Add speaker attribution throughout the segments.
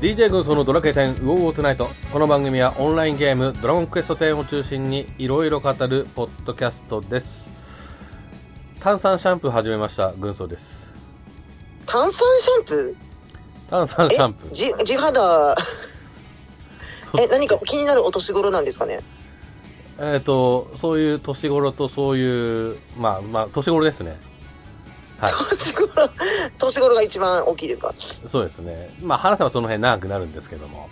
Speaker 1: DJ 軍曹のドラケテンウォーウォートナイト。この番組はオンラインゲーム、ドラゴンクエスト10を中心にいろいろ語るポッドキャストです。炭酸シャンプー始めました、軍曹です。
Speaker 2: 炭酸シャンプ
Speaker 1: 炭酸
Speaker 2: ー
Speaker 1: シャンプ
Speaker 2: え
Speaker 1: ー。、
Speaker 2: じ地肌え、何か気になるお年頃なんですかね
Speaker 1: えっ、と、そういう年頃とそういう、まあまあ、年頃ですね。 はい。
Speaker 2: 年頃、年頃が一番大きいですか
Speaker 1: そうですね。まあ、話せばその辺長くなるんですけども。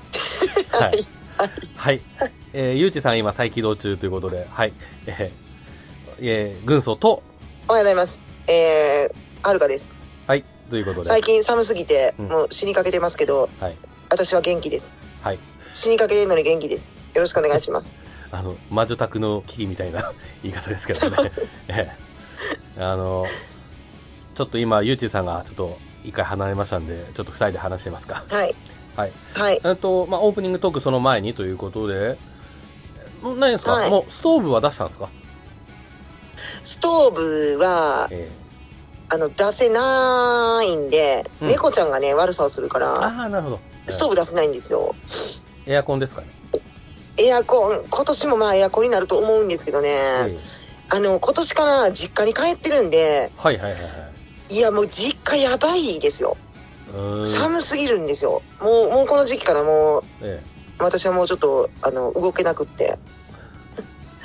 Speaker 1: はい。
Speaker 2: はい。
Speaker 1: はい。えー、ゆうちさん今再起動中ということで、はい。えー、えー軍曹と、
Speaker 2: おはようございます。えー、はるかです。
Speaker 1: はい、ということで。
Speaker 2: 最近寒すぎて、
Speaker 1: うん
Speaker 2: もう死にかけてますけど、
Speaker 1: はい。
Speaker 2: 私は元気です。
Speaker 1: はい。
Speaker 2: 死にかけてるのに元気です。よろしくお願いします。
Speaker 1: あの、魔女宅の危機みたいな 言い方ですけど ね。ええあの、ちょっと今、ゆうちさんがちょっと一回離れましたんで、ちょっと二人で話してますか。
Speaker 2: はい。
Speaker 1: はい。
Speaker 2: はい。
Speaker 1: えっと、まあ、オープニングトークその前にということで、ん何ですか、
Speaker 2: はい
Speaker 1: もうストーブは出したんですか
Speaker 2: ストーブは、
Speaker 1: え
Speaker 2: あの、出せないんで、
Speaker 1: うん
Speaker 2: 猫ちゃんがね、悪さをするか
Speaker 1: え
Speaker 2: ら、
Speaker 1: ああ、なるほど。
Speaker 2: ストーブ出せないんですよ。
Speaker 1: ええエアコンですかね。
Speaker 2: エアコン、今年もまあエアコンになると思うんですけどね、
Speaker 1: ええ
Speaker 2: あの、今年から実家に帰ってるんで、
Speaker 1: はいはいはいはい。
Speaker 2: いやもう実家やばいですよ。
Speaker 1: うーん。
Speaker 2: 寒すぎるんですよ。もう、もうこの時期からもう、
Speaker 1: ええ
Speaker 2: 私はもうちょっと、あの、動けなくって、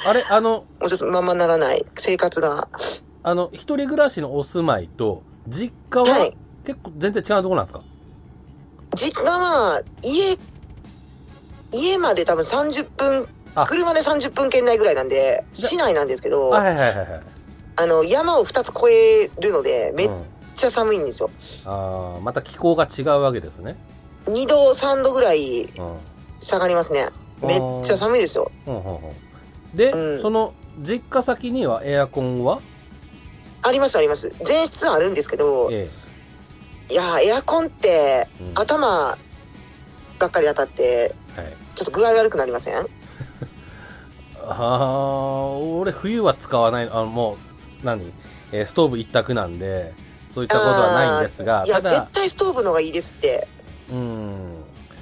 Speaker 1: あれ、あの、
Speaker 2: もうちょっとままならない生活が。
Speaker 1: あの、一人暮らしのお住まいと、実家
Speaker 2: は。
Speaker 1: はい結構全然違うところなんですか、
Speaker 2: 実家は、家、家まで多分30分
Speaker 1: あ、
Speaker 2: 車で30分圏内ぐらいなんで、
Speaker 1: じゃ
Speaker 2: 市内なんですけど、
Speaker 1: はいはいはいはい。
Speaker 2: あの、山を2つ越えるので、めっ
Speaker 1: うん
Speaker 2: ちゃ寒いんですよ。
Speaker 1: あーまた気候が違うわけですね。
Speaker 2: 2度、3度ぐらい
Speaker 1: うん。うん
Speaker 2: 下がりますね。めっちゃ寒いですよ。
Speaker 1: うんうん、で、
Speaker 2: うん
Speaker 1: その実家先にはエアコンは、
Speaker 2: ありますあります。全室あるんですけど、
Speaker 1: え
Speaker 2: いやー、エアコンって
Speaker 1: えうん
Speaker 2: 頭ばっかり当たって、
Speaker 1: はい、
Speaker 2: ちょっと具合悪くなりません
Speaker 1: あー俺、冬は使わない、あのもう、何、えーストーブ一択なんで、そういったことはないんですが、
Speaker 2: いや、
Speaker 1: ただ
Speaker 2: 絶、対ストーブの方がいいですって。
Speaker 1: うん、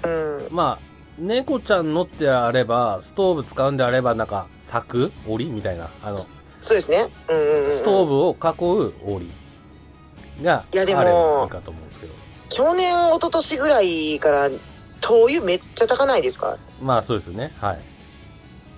Speaker 2: うん。
Speaker 1: まあ、猫ちゃんのってあれば、ストーブ使うんであれば、なんか、柵、檻みたいな、あの
Speaker 2: そうですね。うんうんうん。
Speaker 1: ストーブを囲う檻があ
Speaker 2: いや
Speaker 1: れ
Speaker 2: でも
Speaker 1: ばいいかと思うんですけど。
Speaker 2: 去年、一昨年ぐらいから、灯油めっちゃ高ないですか
Speaker 1: まあそうですね、はい。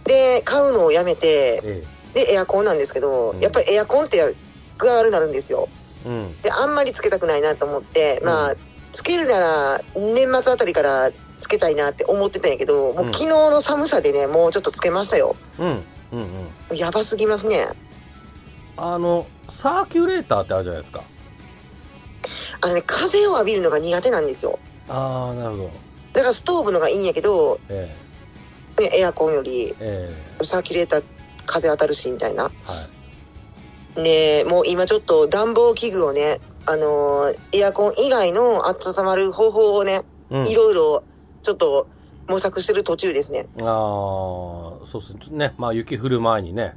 Speaker 2: で、買うのをやめて、
Speaker 1: え
Speaker 2: で、エアコンなんですけど
Speaker 1: うん、
Speaker 2: やっぱりエアコンって具合悪くなるんですよ。
Speaker 1: え、うん。
Speaker 2: で、あんまりつけたくないなと思って、
Speaker 1: う
Speaker 2: まあ
Speaker 1: ん、
Speaker 2: つけるなら、年末あたりからつけたいなって思ってたんやけど、もう
Speaker 1: うん
Speaker 2: 昨日の寒さでね、もうちょっとつけましたよ。
Speaker 1: うん、うん、うん。
Speaker 2: やばすぎますね。
Speaker 1: あの、サーキュレーターってあるじゃないですか。
Speaker 2: あのね、風を浴びるのが苦手なんですよ。
Speaker 1: ああ、なるほど。
Speaker 2: だからストーブのがいいんやけど、
Speaker 1: え
Speaker 2: ね、エアコンより
Speaker 1: え、え
Speaker 2: サーキュレーター風当たるし、みたいな
Speaker 1: え。はい。
Speaker 2: ねもう今ちょっと暖房器具をね、あのーエアコン以外の温まる方法をね、
Speaker 1: うん、
Speaker 2: いろいろちょっと模索してる途中ですね。
Speaker 1: ああ、そうですね。まあ雪降る前にね、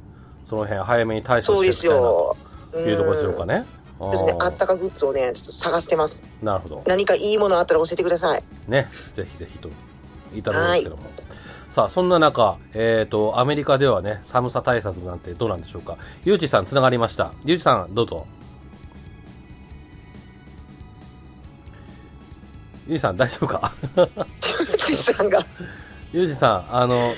Speaker 1: その辺早めに対
Speaker 2: そ
Speaker 1: 処
Speaker 2: う
Speaker 1: していきたい
Speaker 2: です
Speaker 1: なと
Speaker 2: よ。と
Speaker 1: いうところでしょうか
Speaker 2: ね。
Speaker 1: ね。あ
Speaker 2: ちょ
Speaker 1: ー
Speaker 2: っとね、あったかグッズをね、ちょっと探してます。
Speaker 1: なるほど。
Speaker 2: 何かいいものあったら教えてく ださい。
Speaker 1: ね、ぜひぜひといただくんですけども。さあ、そんな中、えっ、と、アメリカではね、寒さ対策なんてどうなんでしょうか。ゆうちさん、つながりました。ゆうちさん、どうぞ。ゆうちさん、大丈夫か
Speaker 2: 哲さんが。
Speaker 1: ゆうじさん、あの、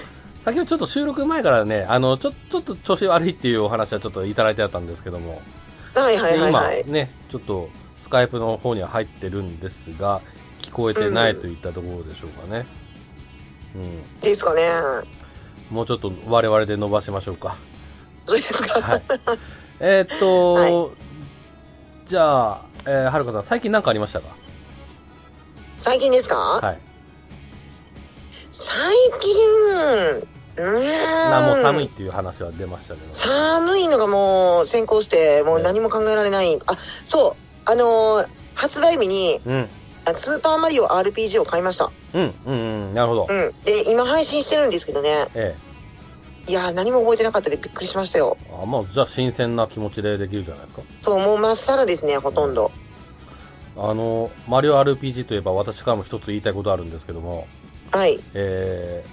Speaker 1: 先ほどちょっと収録前からね、あの、ちょ、ちょっと調子悪いっていうお話はちょっといただいてあったんですけども、
Speaker 2: はいはいはいはい
Speaker 1: で。今ね、ちょっとスカイプの方には入ってるんですが、聞こえてないといったところでしょうかね。うん
Speaker 2: ですかね。
Speaker 1: もうちょっと我々で伸ばしましょうか。
Speaker 2: そうですか。
Speaker 1: はい。えーっと、
Speaker 2: は
Speaker 1: じゃあ、えー、はるかさん、最近何かありましたか
Speaker 2: 最近ですか、
Speaker 1: はい。
Speaker 2: 最近、うーん。
Speaker 1: なもう寒いっていう話は出ましたけど。
Speaker 2: 寒いのがもう先行して、もう何も考えられない。あ、そう。あのー発売日に、
Speaker 1: うん。
Speaker 2: あスーパーマリオ RPG を買いました。
Speaker 1: うん、うん、うん、なるほど。
Speaker 2: うん。で、今配信してるんですけどね。
Speaker 1: ええ
Speaker 2: いやー、何も覚えてなかったでびっくりしましたよ。
Speaker 1: あまあ、じゃあ新鮮な気持ちでできるじゃないですか。
Speaker 2: そう、もうまっさらですね、ほとんど。
Speaker 1: あの、マリオ RPG といえば私からも一つ言いたいことあるんですけども、
Speaker 2: はい。
Speaker 1: え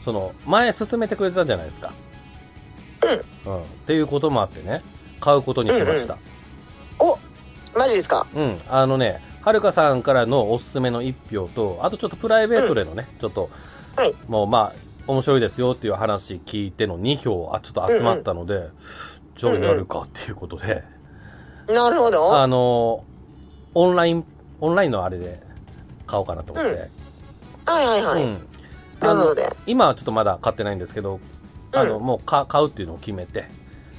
Speaker 1: ー、その、前進めてくれてたじゃないですか。
Speaker 2: うん。
Speaker 1: うん。っていうこともあってね、買うことにしました。
Speaker 2: おマジですか
Speaker 1: うん、あのね、はるかさんからのおすすめの一票と、あとちょっとプライベートでのね、ちょっと、
Speaker 2: はい。
Speaker 1: もうまあ、面白いですよっていう話聞いての2票、あ、ちょっと集まったので、じゃあやるかっていうことで、
Speaker 2: なるほ
Speaker 1: あ
Speaker 2: ど。
Speaker 1: の、オンライン、オンラインのあれで買おうかなと思って。
Speaker 2: はいはいはい。
Speaker 1: うん
Speaker 2: なので。
Speaker 1: 今はちょっとまだ買ってないんですけど、あの、
Speaker 2: うん
Speaker 1: もうか買うっていうのを決めて、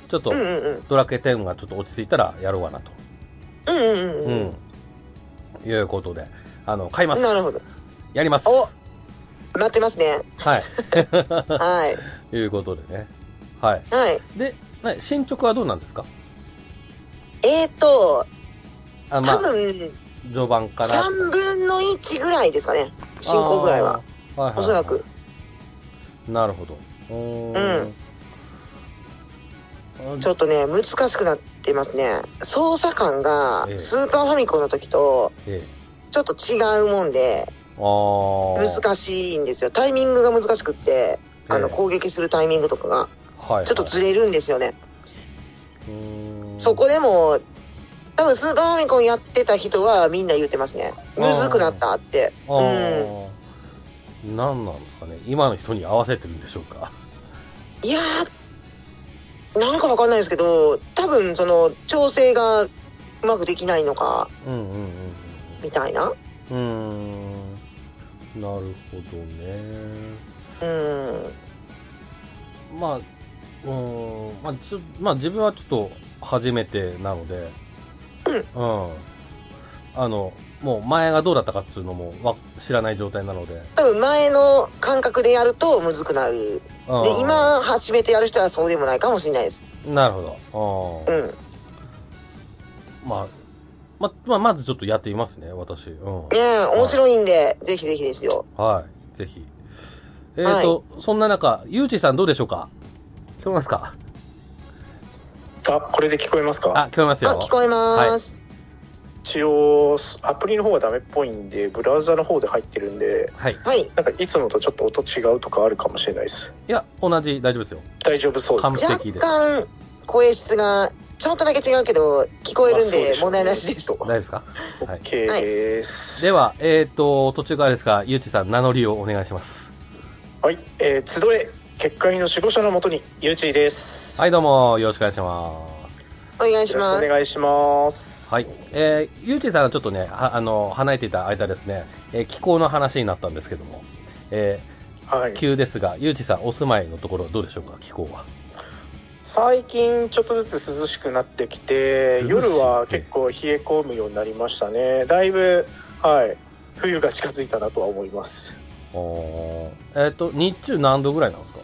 Speaker 1: ちょっと
Speaker 2: うんうんうん。
Speaker 1: ドラケ10がちょっと落ち着いたらやろうかなと。
Speaker 2: うんうん
Speaker 1: う
Speaker 2: うん
Speaker 1: ん。いうことで、あの、買いま
Speaker 2: うん。
Speaker 1: す。
Speaker 2: なるほど。
Speaker 1: やります。
Speaker 2: お待ってますね。
Speaker 1: はい。
Speaker 2: は い。
Speaker 1: いうことでね。はい。
Speaker 2: はい。
Speaker 1: で、な進捗はどうなんですか
Speaker 2: えーと、
Speaker 1: あ
Speaker 2: 多分、
Speaker 1: 序盤から。
Speaker 2: 3分の1ぐらいですかね。進行ぐらいは。
Speaker 1: あー。はいはいはい
Speaker 2: おそらく。
Speaker 1: なるほど。うーん。
Speaker 2: ちょっとね、難しくなってますね。操作感が
Speaker 1: ええ、
Speaker 2: スーパーファミコンの時と、
Speaker 1: ええ
Speaker 2: ちょっと違うもんで、
Speaker 1: あー。
Speaker 2: 難しいんですよ。タイミングが難しくって、あの、
Speaker 1: ええ
Speaker 2: 攻撃するタイミングとかが、
Speaker 1: はいはい。
Speaker 2: ちょっとずれるんですよね。
Speaker 1: うーん
Speaker 2: そこでも、多分スーパーファミコンやってた人はみんな言ってますね。
Speaker 1: あー
Speaker 2: むずくなったって。
Speaker 1: あ
Speaker 2: うん。
Speaker 1: ー何なんですかね今の人に合わせてるんでしょうか
Speaker 2: いやー、なんかわかんないですけど、多分その、調整がうまくできないのか、
Speaker 1: うんうん
Speaker 2: みたいな。
Speaker 1: うんうんうーんなるほどね
Speaker 2: うん。
Speaker 1: まあうーんまあちょまあ自分はちょっと初めてなの で
Speaker 2: うん
Speaker 1: うんあのもう前がどうだったかっていうのもわ知らない状態なので、
Speaker 2: 多分前の感覚でやるとむずくなる。
Speaker 1: うん
Speaker 2: で、今初めてやる人はそうでもないかもしれないです。
Speaker 1: なるほ
Speaker 2: う
Speaker 1: ど、
Speaker 2: ん。
Speaker 1: うんまあままあまずちょっとやってみますね私、うん、
Speaker 2: ねえ、面白いんで、ぜひぜひですよ。
Speaker 1: はい、ぜひ。えっ、と、そんな中、ゆうちさんどうでしょうか聞こえますか
Speaker 3: あ、これで聞こえますか
Speaker 1: あ、聞こえます
Speaker 2: あ、
Speaker 1: よ。
Speaker 2: 聞こえます。
Speaker 3: 一応、アプリの方がダメっぽいんで、ブラウザの方で入ってるんで、
Speaker 1: はい。い
Speaker 2: はい。
Speaker 3: なんかいつもとちょっと音違うとかあるかもしれないです。
Speaker 1: や、同じ、大丈夫ですよ。
Speaker 3: 大丈夫そうです
Speaker 1: 完璧
Speaker 3: か
Speaker 2: 若干、声質が、ちょっとだけ違うけど、聞こえるんで、問題なしです。
Speaker 3: オ
Speaker 1: 大丈夫ですかはい
Speaker 3: ッケーです。
Speaker 1: では、えっ、と、途中からですが、ゆうちさん、名乗りをお願いします。
Speaker 3: はい、えー、集え、結界の守護者のもとに、ゆうちーです。
Speaker 1: はい、どうも、よろしくお願いしま
Speaker 2: お願いし
Speaker 3: よろ
Speaker 2: ま
Speaker 3: しく
Speaker 2: す。
Speaker 3: お願いします。
Speaker 1: す。はい。えー、ゆうちさんはちょっとね、はあの、離れていた間ですね、えー気候の話になったんですけども、え
Speaker 3: は
Speaker 1: ー
Speaker 3: い。
Speaker 1: 急ですが、ゆうちさん、お住まいのところはどうでしょうか、気候は。
Speaker 3: 最近、ちょっとずつ涼しくなってきて
Speaker 1: 涼し、い
Speaker 3: 夜は結構冷え込むようになりましたね。だいぶ、はい、冬が近づいたなとは思います。
Speaker 1: おーえっ、と、日中何度ぐらいなんですか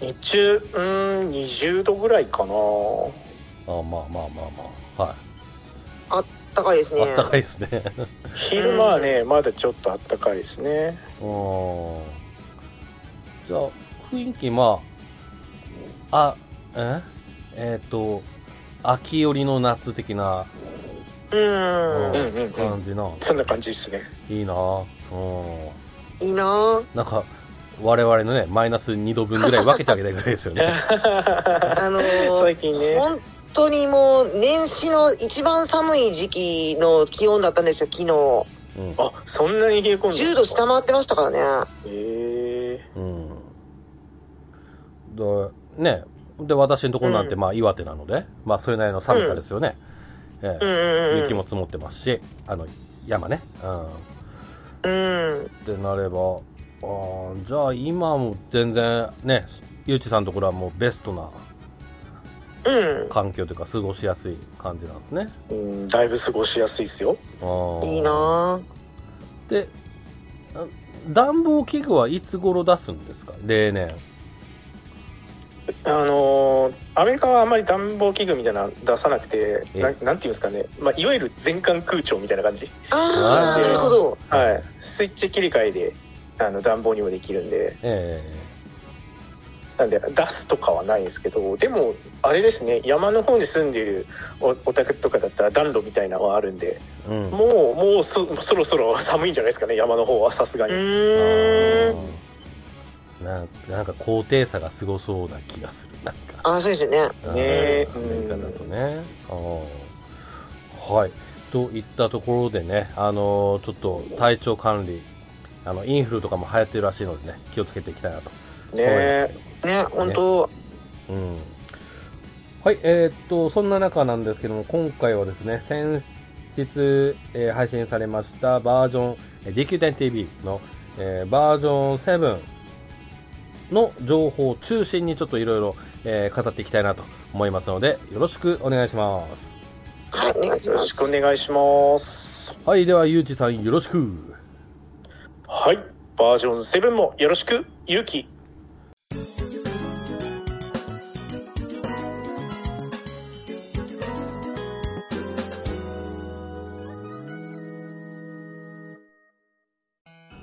Speaker 3: 日中、うーん、20度ぐらいかな。
Speaker 1: あまあまあまあまあ、は
Speaker 2: あったかいです
Speaker 1: い、あ
Speaker 2: ね
Speaker 1: っ。たかいです ね。
Speaker 3: 昼間はね、まだちょっと暖かいですね。
Speaker 1: おーじゃあ、雰囲気、まあ、あ、ええっ、と、秋寄りの夏的な
Speaker 2: う
Speaker 3: うん
Speaker 2: ん。
Speaker 3: うんうん
Speaker 1: 感じな、
Speaker 3: そんな感じですね。
Speaker 1: いいな、うん、
Speaker 2: いいなぁ。
Speaker 1: なんか、我々のね、マイナス2度分ぐらい分けてあげたいぐらいですよ ね。
Speaker 3: あ
Speaker 2: あのー
Speaker 3: 最近ね。
Speaker 2: 本当にもう、年始の一番寒い時期の気温だったんですよ、昨日。
Speaker 1: うん
Speaker 3: あ、そんなに冷え込んでる
Speaker 2: 10度下回ってましたからね。
Speaker 3: え
Speaker 1: うん。で、ね、で、私のところなんて、
Speaker 2: うん
Speaker 1: まあ、岩手なので、まあ、それなりの寒さですよね。ええ
Speaker 2: うんうんうん。
Speaker 1: 雪も積もってますし、あの、山ね。うん。
Speaker 2: うん。
Speaker 1: ってなれば、あーじゃあ今も全然ね、ゆうちさんのところはもうベストな
Speaker 2: うん。
Speaker 1: 環境というか過ごしやすい感じなんですね。
Speaker 3: ーうん、だいぶ過ごしやすいですよ。
Speaker 1: あー
Speaker 2: いいな
Speaker 1: で、あ暖房器具はいつ頃出すんですか例年。
Speaker 3: あのーアメリカはあんまり暖房器具みたいなの出さなくて、
Speaker 1: ええ
Speaker 3: ななんていうんですかね、まあ、いわゆる全館空調みたいな感じ。
Speaker 2: ぁ。あ
Speaker 1: あ
Speaker 2: ー、
Speaker 1: ー
Speaker 2: なるほど。
Speaker 3: はい。スイッチ切り替えで、あの、暖房にもできるんで、
Speaker 1: え
Speaker 3: なんで出すとかはないんですけどでもあれですね山の方に住んでいるおお宅とかだったら暖炉みたいなのはあるんで
Speaker 1: うん
Speaker 3: もうもうそそろそろ 寒いんじゃないですかね山の方はさすが
Speaker 2: う
Speaker 3: に、
Speaker 2: ーん。
Speaker 1: なんなんか高低差がすごそうな気がする。なんか。
Speaker 2: あ、そうですよね。
Speaker 3: ねえ
Speaker 1: うんアメリカだとね。あーはい。といったところでね、あのーちょっと体調管理、あの、インフルとかも流行ってるらしいのでね、気をつけていきたいなと。
Speaker 3: ねえ
Speaker 2: ね、本当
Speaker 1: うん。はい、えーっと、そんな中なんですけども、今回はですね、先日、えー配信されましたバージョン、えー DQ10TV の、えーバージョン7の情報を中心にちょっといろいろえー語っていきたいなと思いますので、よろしくお願いします。
Speaker 2: はい、お願いし
Speaker 3: よ
Speaker 2: ま
Speaker 3: ろしくお
Speaker 2: す。
Speaker 3: 願いします
Speaker 1: はい、では、ゆうちさんよろしく。
Speaker 3: はいバージョン7もよろしくゆうき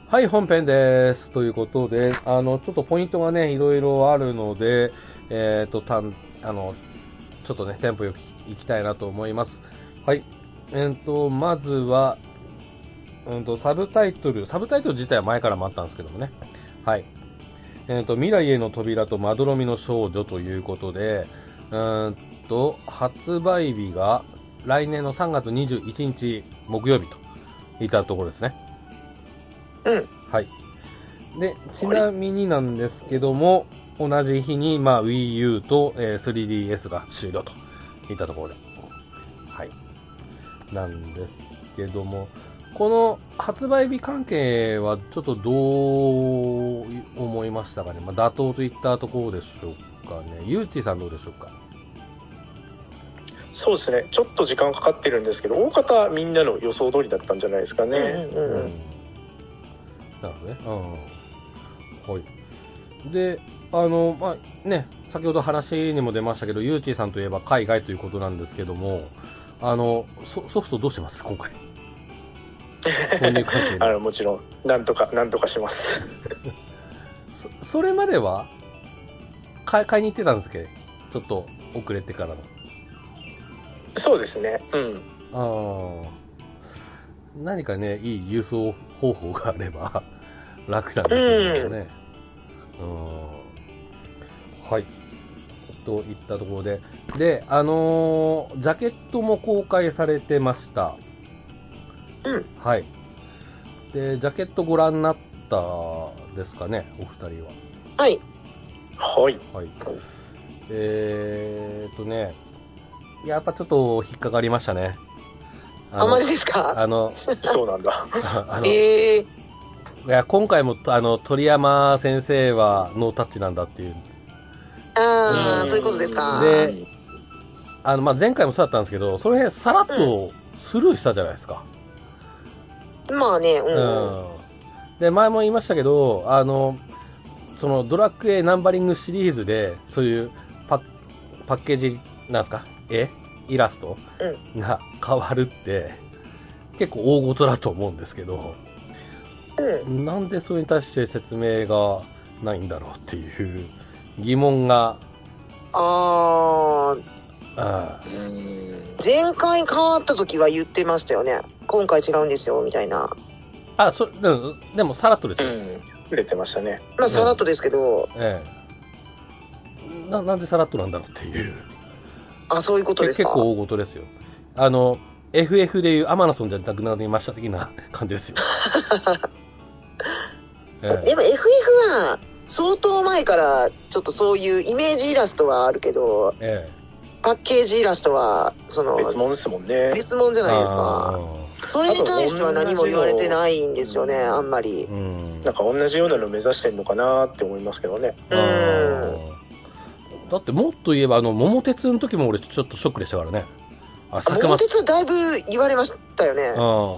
Speaker 1: はい、本編です。ということで、あの、ちょっとポイントがね、いろいろあるので、えっ、と、たん、あの、ちょっとね、テンポよくいきたいなと思います。はい。えっ、と、まずは、うんと、サブタイトル、サブタイトル自体は前からもあったんですけどもね。はい。えっ、と、未来への扉とまどろみの少女ということで、うーんと、発売日が来年の3月21日木曜日といったところですね。
Speaker 2: うん。
Speaker 1: はい。で、ちなみになんですけども、同じ日に、まあ、Wii U と、えー 3DS が終了といったところで。はい。なんですけども、この発売日関係はちょっとどう思いましたかね、まあ、妥当といったところでしょうかね、ゆうちさんどうでしょうか。
Speaker 3: そうですねちょっと時間かかってるんですけど大方はみんなの予想通りだったんじゃないですか
Speaker 2: う
Speaker 3: ね、
Speaker 2: んうんうん。
Speaker 1: なるほどね。うん。はい。で、あの、まあ、ね、先ほど話にも出ましたけど、ゆうちーさんといえば海外ということなんですけども、あの、ソソフトどうしてます今回。購入関係
Speaker 3: あ
Speaker 1: で
Speaker 3: のもちろんなんとかなんとかします
Speaker 1: そそれまでは買い、買いに行ってたんですけど、ちょっと遅れてからの。
Speaker 3: そうですねうん
Speaker 1: ああ。何かね、いい郵送方法があれば 楽なんですけどね。うん。はい。といったところで。で、あのージャケットも公開されてました。
Speaker 2: うん。
Speaker 1: はい。で、ジャケットご覧になったですかね、お二人は。
Speaker 2: はい。
Speaker 3: はい
Speaker 1: はい。えーっとね、やっぱちょっと引っかかりましたね。
Speaker 2: あ、
Speaker 1: の
Speaker 2: マジですか
Speaker 1: あの、
Speaker 3: そうなんだ
Speaker 1: あの、
Speaker 2: ええ。
Speaker 1: いや今回もあの鳥山先生はノータッチなんだっていう、
Speaker 2: あ
Speaker 1: う
Speaker 2: あ、
Speaker 1: ん
Speaker 2: そういうことですか。
Speaker 1: であのまあ、前回もそうだったんですけど、その辺さらっとスルーしたじゃないですか。
Speaker 2: まあね、う。
Speaker 1: うんで前も言いましたけど、あのそのドラクエナンバリングシリーズで、そういうパッパッケージ、なんすか、絵、イラストが変わるって、結構大事だと思うんですけど、
Speaker 2: うん。
Speaker 1: なんでそれに対して説明がないんだろうっていう疑問が。
Speaker 2: ああ、
Speaker 1: あー
Speaker 2: 前回変わった時は言ってましたよね。今回違うんですよ、みたいな。
Speaker 1: あ、そでも、でもさらっとです
Speaker 3: う
Speaker 1: よ。
Speaker 3: ん売れてましたね
Speaker 2: まあ、さらっとですけど、
Speaker 1: ええな。なんでさらっとなんだろうっていう。
Speaker 2: あ、そういうことです
Speaker 1: 結
Speaker 2: か。
Speaker 1: 構大事ですよ。あの、FF でいうアマナソンじゃなくなりました的な 感じです よ。え
Speaker 2: でも FF は相当前からちょっとそういうイメージイラストはあるけど、
Speaker 1: ええ
Speaker 2: パッケージイラストはその
Speaker 3: 別物ですもんね
Speaker 2: 別物じ
Speaker 1: え
Speaker 2: ゃないですか。それに対しては何も言われてないんですよね、
Speaker 3: うん
Speaker 2: あんまり
Speaker 1: あー。うん。
Speaker 3: なんか同じようなの目指してんのかなって思いますけどね
Speaker 1: あーだってもっと言えば、あの、桃鉄の時も俺ちょっとショックでしたからね。あ、
Speaker 2: あ
Speaker 1: 佐久
Speaker 2: 桃
Speaker 1: 間、
Speaker 2: 鉄はだいぶ言われましたよね。
Speaker 1: うん、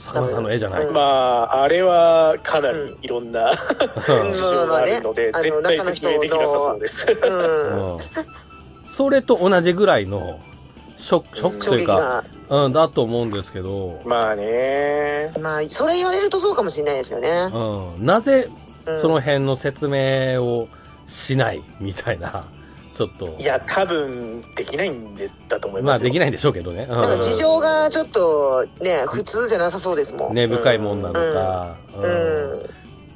Speaker 1: 佐久間さんの絵じゃない。
Speaker 2: うん
Speaker 3: まああれはかなりいろんな
Speaker 2: ん
Speaker 3: 事情があるので
Speaker 2: まあまあねあの
Speaker 3: 絶対説明できなさそうです
Speaker 2: うん。
Speaker 1: うんそれと同じぐらいのショックショック
Speaker 2: 衝
Speaker 1: とい
Speaker 2: 撃
Speaker 1: うか、
Speaker 2: が。
Speaker 1: うん、だと思うんですけど、
Speaker 3: まあね
Speaker 2: まあ、それ言われるとそうかもしれないですよね。
Speaker 1: うん、なぜ
Speaker 2: うん
Speaker 1: その辺の説明をしないみたいな、ちょっと。
Speaker 3: いや、多分できないんでだと思い
Speaker 1: ま
Speaker 3: ま
Speaker 1: あ
Speaker 3: すよ。。
Speaker 1: できないいんでしょうけどね。
Speaker 2: なん
Speaker 1: う
Speaker 2: か事情がちょっとね、普通じゃなさそうですもん。
Speaker 1: 根深いもんなのか。
Speaker 2: う
Speaker 1: うん
Speaker 2: ん。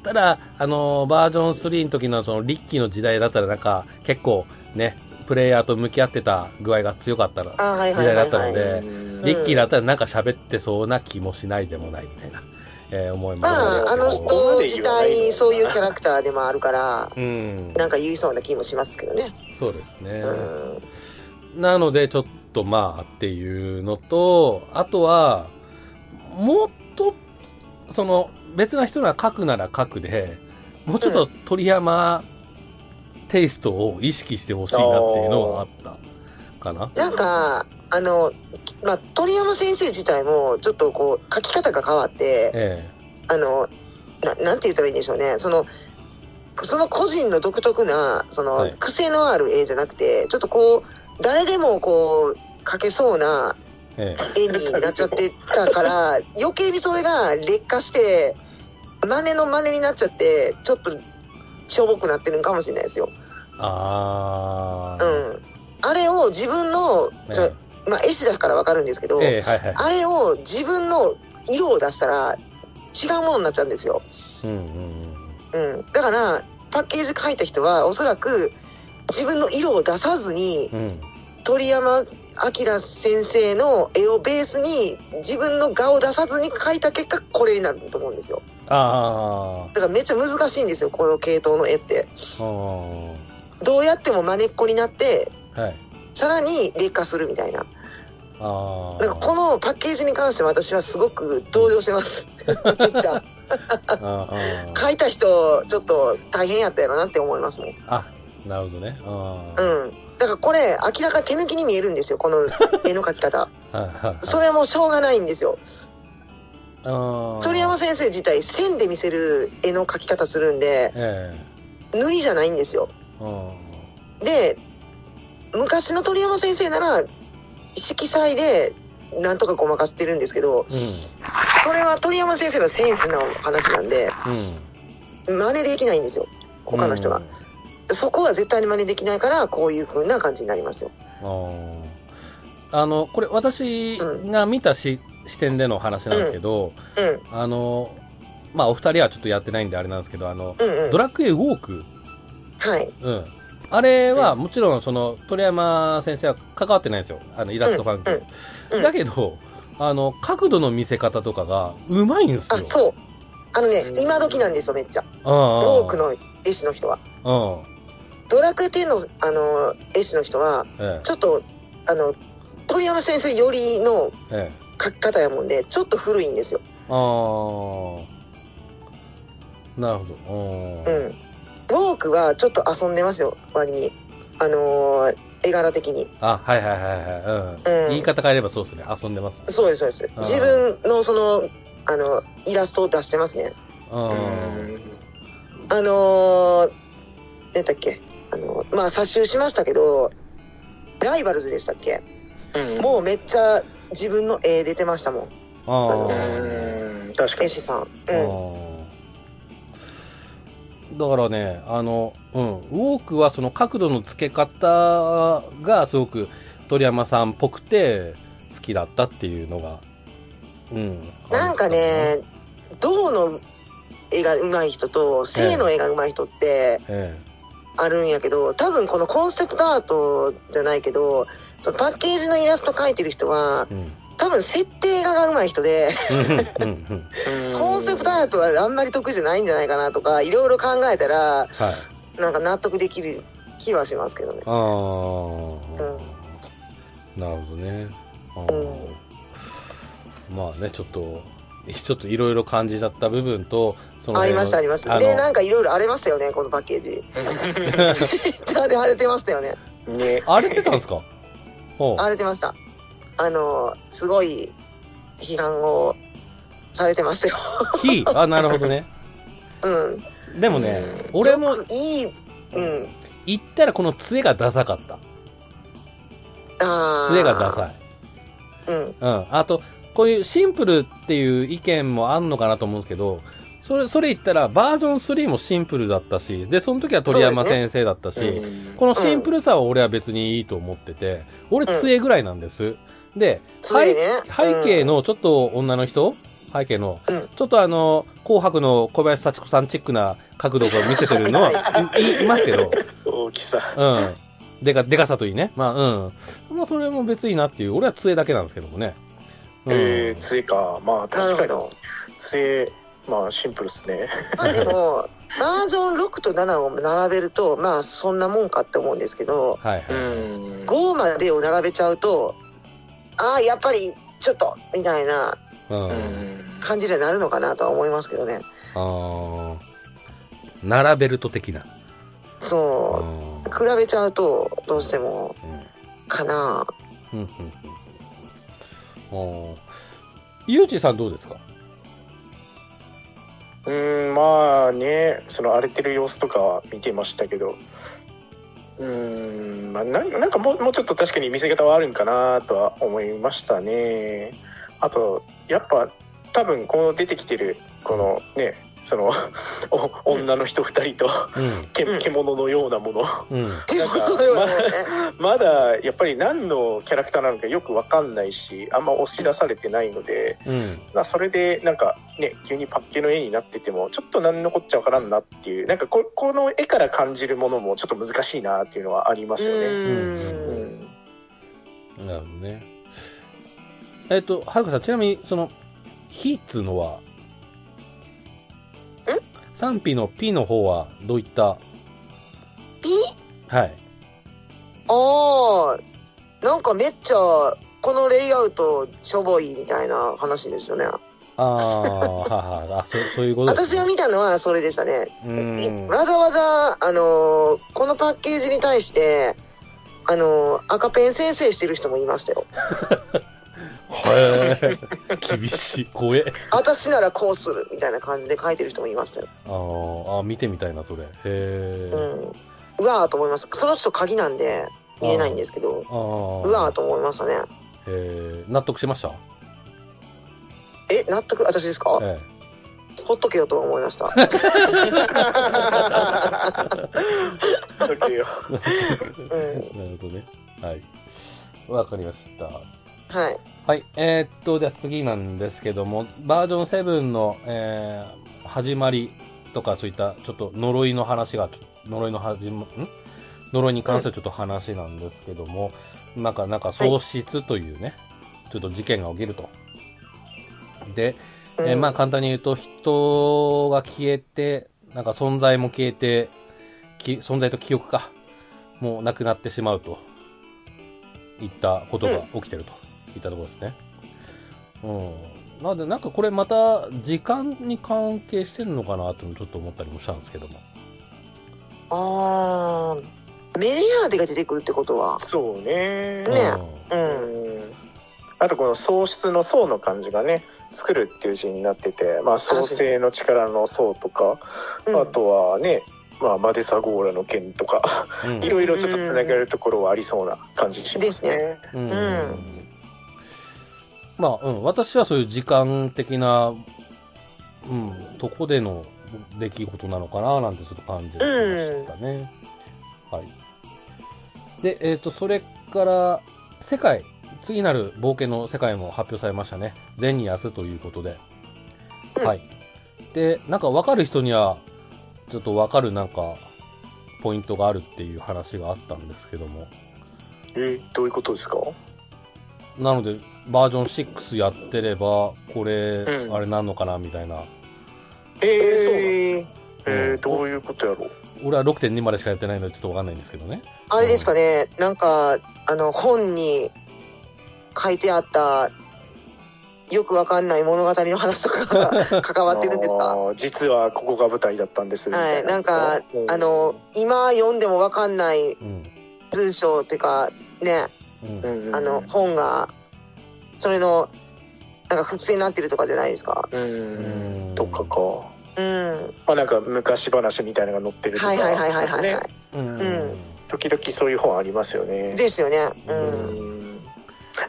Speaker 1: ただ、あのバージョン3の時のそのリッキーの時代だったらなんか結構ね、プレイヤーと向き合ってた具合が強かったら、
Speaker 2: あ、はいは
Speaker 1: 時
Speaker 2: い
Speaker 1: 代だ
Speaker 2: は
Speaker 1: っ
Speaker 2: い、
Speaker 1: た
Speaker 2: は
Speaker 1: の
Speaker 2: い。
Speaker 1: で、
Speaker 2: ん
Speaker 1: リッキーだったらなんか喋ってそうな気もしないでもないみたいな、えー思います
Speaker 2: まあ、あの
Speaker 3: ここま
Speaker 2: 人
Speaker 3: で
Speaker 2: 自
Speaker 3: 言わない
Speaker 2: 体、
Speaker 3: のかな
Speaker 2: そういうキャラクターでもあるから、
Speaker 1: うん。
Speaker 2: なんか言いそうな気もしますけどね。
Speaker 1: そうですね。
Speaker 2: うん。
Speaker 1: なので、ちょっとまあっていうのと、あとは、もっと、その、別な人なら書くなら書くで、もうちょっと鳥山テイストを意識してほしいなっていうのはあったかな。
Speaker 2: なんか、あの、まあ、鳥山先生自体も、ちょっとこう、書き方が変わって、
Speaker 1: え
Speaker 2: あの、ななんて言ったらいいんでしょうね。その、その個人の独特な、その、
Speaker 1: はい
Speaker 2: 癖のある絵じゃなくて、ちょっとこう、誰でもこう、描けそうな
Speaker 1: え、ええ。
Speaker 2: 絵になっちゃって たから、余計にそれが劣化して、真似の真似になっちゃって、ちょっと、しょぼくなってるんかもしれないですよ。
Speaker 1: あ
Speaker 2: う
Speaker 1: ー。
Speaker 2: ん。あれを自分の、ちょ
Speaker 1: え
Speaker 2: まあ、絵師だからわかるんですけど、
Speaker 1: え、ええはいはい。
Speaker 2: あれを自分の色を出したら違うものになっちゃうんですよ。
Speaker 1: うんうんうん。
Speaker 2: うん。だから、パッケージ書いた人はおそらく自分の色を出さずに、
Speaker 1: うん。
Speaker 2: 鳥山明先生の絵をベースに自分の画を出さずに描いた結果これになると思うんですよ。
Speaker 1: あ
Speaker 2: だからめっちゃ難しいんですよ、この系統の絵って。
Speaker 1: ー。うん
Speaker 2: どうやっても真似っこになって、
Speaker 1: はい。
Speaker 2: さらに劣化するみたいな。
Speaker 1: あー。
Speaker 2: なんかこのパッケージに関して私はすごく同情し てます。めっちゃ。
Speaker 1: あーあー
Speaker 2: 書いた人、ちょっと大変やったやろなって思いますもん。う
Speaker 1: あ、なるほどね。あー。
Speaker 2: ん。だからこれ、明らか手抜きに見えるんですよ、この絵の描 き方。
Speaker 1: はいはいはい。
Speaker 2: それはもうしょうがないんですよ。
Speaker 1: あー
Speaker 2: 鳥山先生自体、線で見せる絵の描き方するんで、
Speaker 1: え
Speaker 2: 塗りじゃないんですよ。
Speaker 1: えうん
Speaker 2: で、昔の鳥山先生なら、色彩で、なんとかごまかしてるんですけど、
Speaker 1: うん。
Speaker 2: それは鳥山先生のセンスの話なんで、
Speaker 1: うん。
Speaker 2: 真似できないんですよ、他の人が。そこは絶対に真似できないから、こういう風な感じになりますよ。
Speaker 1: うん。あーあの、これ私が見たし、視点での話なんですけど、
Speaker 2: うん、
Speaker 1: あの、まあお二人はちょっとやってないんであれなんですけど、あの、
Speaker 2: うん、うん
Speaker 1: ド。ラクエウォーク、
Speaker 2: はい。
Speaker 1: うん。あれはもちろんその鳥山先生は関わってないんですよ。あのイラスト関係。
Speaker 2: うん
Speaker 1: だけど、あの、角度の見せ方とかがうまいんです
Speaker 2: あ
Speaker 1: よ。
Speaker 2: そうあのね、
Speaker 3: うん
Speaker 2: 今時なんですよめっちゃ
Speaker 1: あ
Speaker 2: 多くの絵師の人は
Speaker 1: の。
Speaker 2: ドラクエ10のあの絵師の人は
Speaker 1: うん。ええ
Speaker 2: ちょっとあの鳥山先生よりの
Speaker 1: ええ。
Speaker 2: 描き方やもんでちょっと古いんですよ
Speaker 1: ああ。なるほど。
Speaker 2: うん
Speaker 1: ん。
Speaker 2: ウォークはちょっと遊んでますよ割にあのー絵柄的に
Speaker 1: あ、はいはいはいはい。うん。
Speaker 2: うん
Speaker 1: 言い方変えればそうですね。遊んでます。
Speaker 2: そうですそうです
Speaker 1: あー
Speaker 2: 自分のそのあのイラストを出してますね
Speaker 1: うん。
Speaker 2: あのー、何だっけあのまあ殺集しましたけどライバルズでしたっけ
Speaker 3: うん。
Speaker 2: もうめっちゃ自分の絵出てましたもん、
Speaker 1: ああ
Speaker 3: う
Speaker 1: ー。
Speaker 3: ん。確か
Speaker 2: 絵
Speaker 3: に。
Speaker 2: 師さん。
Speaker 1: あ
Speaker 2: うん。
Speaker 1: ーだからね、あの、うん、ウォークはその角度の付け方がすごく鳥山さんっぽくて好きだったっていうのが、うん。
Speaker 2: なんかね、銅の絵が上手い人と、正の絵が上手い人って
Speaker 1: あるんですかね、え
Speaker 2: あるんやけど、多分このコンセプトアートじゃないけど、そのパッケージのイラスト描いてる人は
Speaker 1: え。、うん。
Speaker 2: 多分設定画が上手い人で、
Speaker 1: うんうんうん。
Speaker 2: コンセプトアー
Speaker 3: ト
Speaker 2: トはあんまり得意じゃないんじゃないかなとか、いろいろ考えたら、
Speaker 1: はい。
Speaker 2: なんか納得できる気はしますけどね。
Speaker 1: あー、なるほどね。あーまあね、ちょっと、ちょっといろいろ感じだった部分と、そ
Speaker 2: ありました、ありました。で、なん
Speaker 1: か、
Speaker 2: かいろいろ荒れましたよね、このパッケージ。 で荒れてましたよね。
Speaker 3: ね。
Speaker 1: 荒れてたんですかほう
Speaker 2: 荒れてました。あの、すごい批判をされてましたよ。
Speaker 1: 火あ、なるほどね。
Speaker 2: うん。
Speaker 1: でもね
Speaker 3: うん、
Speaker 1: 俺も
Speaker 2: よくいい、うん。
Speaker 1: 行ったらこの杖がダサかった。
Speaker 2: ああ。
Speaker 1: 杖がダサい。
Speaker 2: い。うん。
Speaker 1: うん。あと、こういうシンプルっていう意見もあんのかなと思うんですけど、それ、それ言ったら、バージョン3もシンプルだったし、で、その時は鳥山
Speaker 2: そうです
Speaker 1: 先生だったし、
Speaker 3: うん
Speaker 1: このシンプルさは俺は別にいいと思ってて、俺、杖ぐらいなんです。で、
Speaker 2: 杖ね
Speaker 1: 背背景のちょっと女の人、背景の、
Speaker 2: うん
Speaker 1: ちょっとあの、紅白の小林幸子さんチックな角度を見せてるの はいいいますけど、
Speaker 3: 大きさ。
Speaker 1: うん。でか、でかさといいね。まあ、うん。まあ、それも別になっていう。俺は杖だけなんですけどもね。うん
Speaker 3: えー、杖か。まあ、確か
Speaker 2: なる
Speaker 3: に
Speaker 2: ほ。
Speaker 3: 杖、まあ、シンプルっすね。
Speaker 2: まあでも、バージョン6と7を並べると、まあそんなもんかって思うんですけど、
Speaker 1: はいはい。
Speaker 3: ん
Speaker 2: 5までを並べちゃうと、ああ、やっぱりちょっと、みたいな
Speaker 1: うん。
Speaker 2: 感じになるのかなとは思いますけどね。
Speaker 1: あー並べると的な。
Speaker 2: そうう、比べちゃうと、どうしても、
Speaker 1: ん
Speaker 2: かな。
Speaker 1: うんうんうんうんあーゆうちさんどうですか
Speaker 3: うん、まあね、その荒れてる様子とかは見てましたけど、うん、まあ、なんなんかもうもうちょっと確かに見せ方はあるんかなとは思いましたね。あと、やっぱ多分この出てきてる、このね、その、 お女の人2人と、
Speaker 1: うん。
Speaker 3: け
Speaker 2: うん
Speaker 3: 獣のようなもの。
Speaker 1: うん。
Speaker 2: で
Speaker 3: なん
Speaker 2: も、
Speaker 3: か
Speaker 2: それはもうね、
Speaker 3: まだやっぱり何のキャラクターなのかよくわかんないし、あんま押し出されてないので、
Speaker 1: うん。
Speaker 3: まあ、それでなんかね急にパッケの絵になっててもちょっと何のこっちゃわからんなっていうなんかここの絵から感じるものもちょっと難しいなっていうのはありますよね。う
Speaker 1: うんなるほどね。えっと、はるかさん、ちなみに、その、火っつうのは、賛否の P の方は、どういった、
Speaker 2: ピ
Speaker 1: はい。
Speaker 2: ああ、なんかめっちゃ、このレイアウト、しょぼいみたいな話ですよね。
Speaker 1: あーははあ、そうそういうことです
Speaker 2: 私
Speaker 1: ね
Speaker 2: が見たのはそれでしたね。
Speaker 1: うん。
Speaker 2: わざわざ、あのーこのパッケージに対して、あのー赤ペン先生してる人もいましたよ。
Speaker 1: へえ。厳しい。怖え。
Speaker 2: 私ならこうするみたいな感じで書いてる人もいましたよ。
Speaker 1: あーあー、見てみたいな、それ。へえ
Speaker 2: う。ん。うわーと思います。その人鍵なんで見えないんですけど、
Speaker 1: ああ。
Speaker 2: うわーと思いましたね。
Speaker 1: えー、納得しました
Speaker 2: え、納得私ですか
Speaker 1: え
Speaker 2: ほっとけよと思いました。
Speaker 3: それよ
Speaker 2: うん。
Speaker 1: え。なるほどね。はい。わかりました。
Speaker 2: はい。
Speaker 1: はい。えーっと、では次なんですけども、バージョン7の、えー始まりとか、そういった、ちょっと呪いの話が、呪いの始ま、ん呪いに関するちょっと話なんですけども、なんか、なんか、喪失というね、ちょっと事件が起きると。で、えーまあ簡単に言うと、人が消えて、なんか存在も消えて、き存在と記憶か、もうなくなってしまうと、いったことが起きてると、いったところですね。うん。なので、なんかこれまた、時間に関係してるのかなともちょっと思ったりもしたんですけども。
Speaker 2: あー、メレアーデが出てくるってことは。
Speaker 3: そうね。
Speaker 2: ねう。
Speaker 3: うんんあとこの喪失の層の漢字がね作るっていう字になってて、まあ、創生の力の層とか、
Speaker 2: うん
Speaker 3: あとはね、まあ、マデサゴーラの剣とか
Speaker 1: うん。うん
Speaker 3: いろいろちょっとつながるところはありそうな感じします
Speaker 2: です
Speaker 3: ね。
Speaker 1: うん
Speaker 2: ん
Speaker 1: まあ、うん、私はそういう時間的な、うん、とこでの出来事なのかななんてちょっと感じましたね。はい。で、えっ、と、それから、世界、次なる冒険の世界も発表されましたね。ゼニアスということで。
Speaker 2: うん
Speaker 1: はい。で、なんか分かる人には、ちょっと分かるなんか、ポイントがあるっていう話があったんですけども。
Speaker 3: えどういうことですか
Speaker 1: なので、バージョン6やってれば、これ、
Speaker 3: うん
Speaker 1: あれなんのかなみたいな。
Speaker 3: えー、そうなんだ
Speaker 2: えー
Speaker 3: えー、どういうことやろう
Speaker 1: 俺は6.2までしかやってないので、ちょっとわかんないんですけどね。
Speaker 2: あれですかね、なんか、あの、本に書いてあった、よくわかんない物語の話と かが関わってるんです
Speaker 3: あ
Speaker 2: か
Speaker 3: ー実はここが舞台だったんですみ
Speaker 2: は
Speaker 3: た
Speaker 2: い、
Speaker 3: い
Speaker 2: なんか
Speaker 3: う、ん
Speaker 2: あの、今読んでもわかんない
Speaker 1: うん。
Speaker 2: 文章っていうか、ね、
Speaker 1: うん。
Speaker 3: うんうん
Speaker 2: あの、本が、それの、なんか普通になってるとかじゃないですか。
Speaker 3: うん
Speaker 1: うん
Speaker 3: とかか
Speaker 2: うん。
Speaker 3: まあなんか昔話みたいなのが載ってるとか
Speaker 2: はいはいはいはいはい、
Speaker 3: ね
Speaker 2: は
Speaker 1: うん。
Speaker 2: うん
Speaker 3: 時々そういう本ありますよね
Speaker 2: い。ですよね。う。
Speaker 3: うんん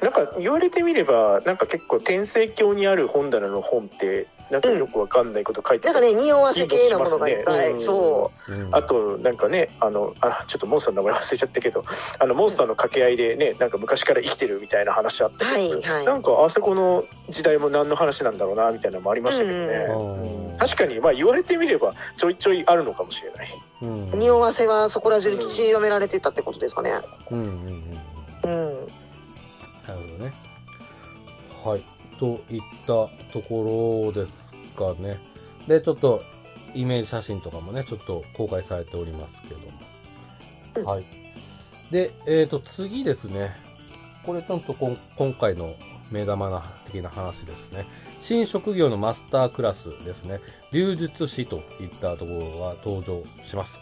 Speaker 3: なんか言われてみればなんか結構天聖教にある本棚の本ってなんかよくわかんないこと書いて
Speaker 2: なん
Speaker 3: あ
Speaker 2: か
Speaker 3: る
Speaker 2: ね、匂わせ系なものがいっぱ
Speaker 3: うん
Speaker 2: い。そ
Speaker 1: うん
Speaker 3: あとなんかねあのあちょっとモンスターの名前忘れちゃったけどあのモンスターの掛け合いでねなんか昔から生きてるみたいな話あっ
Speaker 2: う。
Speaker 3: た
Speaker 2: は
Speaker 3: け
Speaker 2: い
Speaker 3: ど、な
Speaker 2: は
Speaker 3: んかあそこの時代も何の話なんだろうなみたいなのもありましたけどね、
Speaker 1: うん
Speaker 3: うん確かにまあ言われてみればちょいちょいあるのかもしれ ない
Speaker 1: うん
Speaker 2: い。匂わせはそこら中にきちりめられてたってことですかね。
Speaker 1: うんうんうん
Speaker 2: うん。
Speaker 1: なるほどね。はい。といったところですかね。で、ちょっと、イメージ写真とかもね、ちょっと公開されておりますけど
Speaker 2: うん
Speaker 1: も。はい。で、えっ、と、次ですね。これちょっとこん今回の目玉な的な話ですね。新職業のマスタークラスですね。流術師といったところが登場します。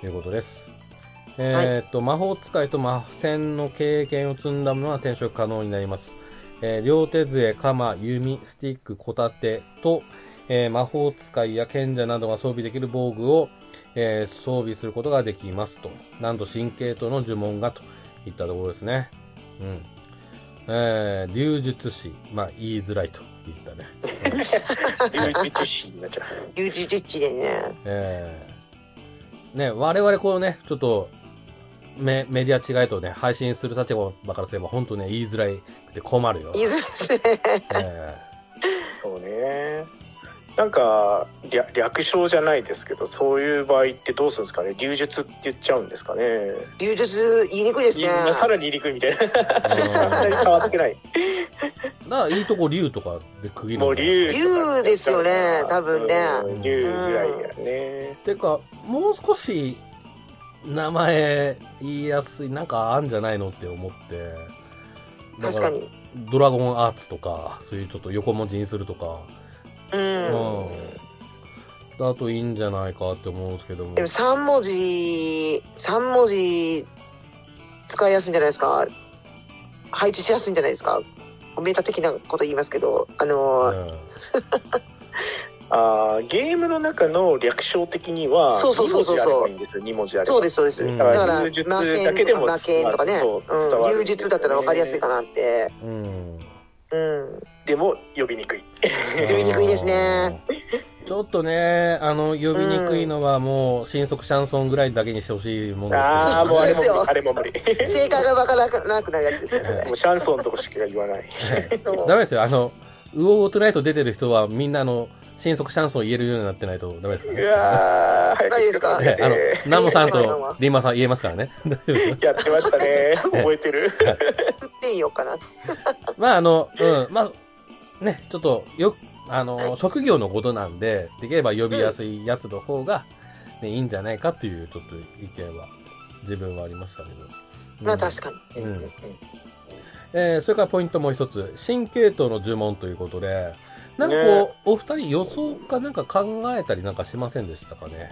Speaker 1: ということです。えーっと、魔法使いと魔戦の経験を積んだものは転職可能になります。えー両手杖、鎌、弓、スティック、小盾と、えー魔法使いや賢者などが装備できる防具を、えー装備することができますと。なんと神経との呪文がといったところですね。うん。えー、流術師。まあ、言いづらいと言ったね。
Speaker 3: 唯一師になっちゃう
Speaker 2: 牛耳デッチでね。
Speaker 1: えーね、我々こうね、ちょっとメメディア違いとね、配信する立場からすれば、本当ね、言いづらくて困るよ。
Speaker 2: 言いづらいですね。
Speaker 1: え
Speaker 3: そうねなんか略略称じゃないですけどそういう場合ってどうするんですかね流術って言っちゃうんですかね
Speaker 2: 流術言いにくいです
Speaker 3: い
Speaker 2: ね。
Speaker 3: やさらに入り組みたいな
Speaker 1: ー
Speaker 3: そん なに変わってない
Speaker 1: うんだから、いいとこ、竜とかで区切る
Speaker 3: もう竜とか
Speaker 2: 竜ですよね多分ね
Speaker 3: うん竜ぐらいだよね
Speaker 1: てか、もう少し名前言いやすい、なんかあんじゃないのって思って。だ
Speaker 2: 確か。に。
Speaker 1: ドラゴンアーツとか、そういうちょっと横文字にするとか、
Speaker 2: う。
Speaker 1: うんん。だといいんじゃないかって思うんですけども。
Speaker 2: でも3文字、3文字使いやすいんじゃないですか。配置しやすいんじゃないですか。メタ的なこと言いますけど、あのー、
Speaker 1: うん
Speaker 3: あーゲームの中の略称的には
Speaker 2: そうそうそうそう
Speaker 3: 2文字あればいいんですよ2文字あれば
Speaker 2: そうです、そうです。
Speaker 1: うん
Speaker 2: だか
Speaker 3: 流
Speaker 2: ら、
Speaker 3: 術
Speaker 2: ナ
Speaker 3: だ
Speaker 2: ケ
Speaker 3: けで
Speaker 2: ンと
Speaker 3: も
Speaker 2: かナケンとかね、
Speaker 3: そう伝
Speaker 2: う
Speaker 3: わる
Speaker 2: ん、流術だったら分かりやすいかなって。
Speaker 1: うん。
Speaker 2: うん。
Speaker 3: でも呼びにくい
Speaker 2: 呼びにくいですね
Speaker 1: ちょっとね、あの、呼びにくいのはもう、新速シャンソンぐらいだけにしてほしいもんです
Speaker 3: ああもうあれも
Speaker 2: そ
Speaker 3: 無理
Speaker 2: うですよ
Speaker 3: あれも無理
Speaker 2: 正解が分からなくなるやつですよ
Speaker 1: は
Speaker 2: ね
Speaker 3: もう。シャンソンとかしか言わない
Speaker 2: そう
Speaker 1: ダメですよ。あの、ウオートナイト出てる人はみんなあの、新速シャンソン言えるようになってないとダメですよ
Speaker 3: う
Speaker 1: ね。
Speaker 3: わー早く
Speaker 2: ないですか
Speaker 1: ええあの、ナモさん
Speaker 2: いいですよ
Speaker 1: とリンマさん言えますからね。大丈夫ですよ
Speaker 3: やってまし たね覚えてる
Speaker 2: 吸っていいようかな。
Speaker 1: まあ、あの、うん、まあ、ね、ちょっと、よく、あの、職業のことなんで、できれば呼びやすいやつの方が、ね、いいんじゃないかっていう、ちょっと意見は、自分はありましたけど。
Speaker 2: まあ確
Speaker 1: か
Speaker 2: かに。
Speaker 1: うん
Speaker 3: うん
Speaker 1: えーそれからポイントもう一つ、新系統の呪文ということで、なんかこう、
Speaker 3: ね
Speaker 1: お二人予想かなんか考えたりなんかしませんでしたかね。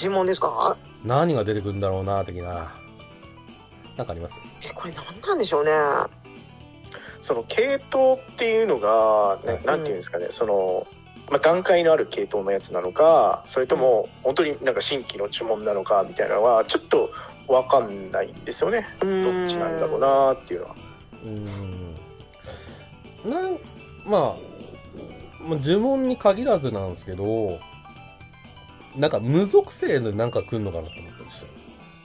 Speaker 2: 呪文ですか
Speaker 1: 何が出てくるんだろうな、的な。なんかあります
Speaker 2: え、これ何なんでしょうね。
Speaker 3: その系統っていうのがな
Speaker 1: うん
Speaker 3: なんていうんですかねその、まあ、段階のある系統のやつなのかそれとも本当になんか新規の呪文なのかみたいなのはちょっと分かんないんですよね
Speaker 2: ど
Speaker 3: どっちなんだろうなっていうのは
Speaker 1: うーん。なん、まあ、まあ呪文に限らずなんですけど、なんか無属性でなんか来るのかなと思ったんですよ。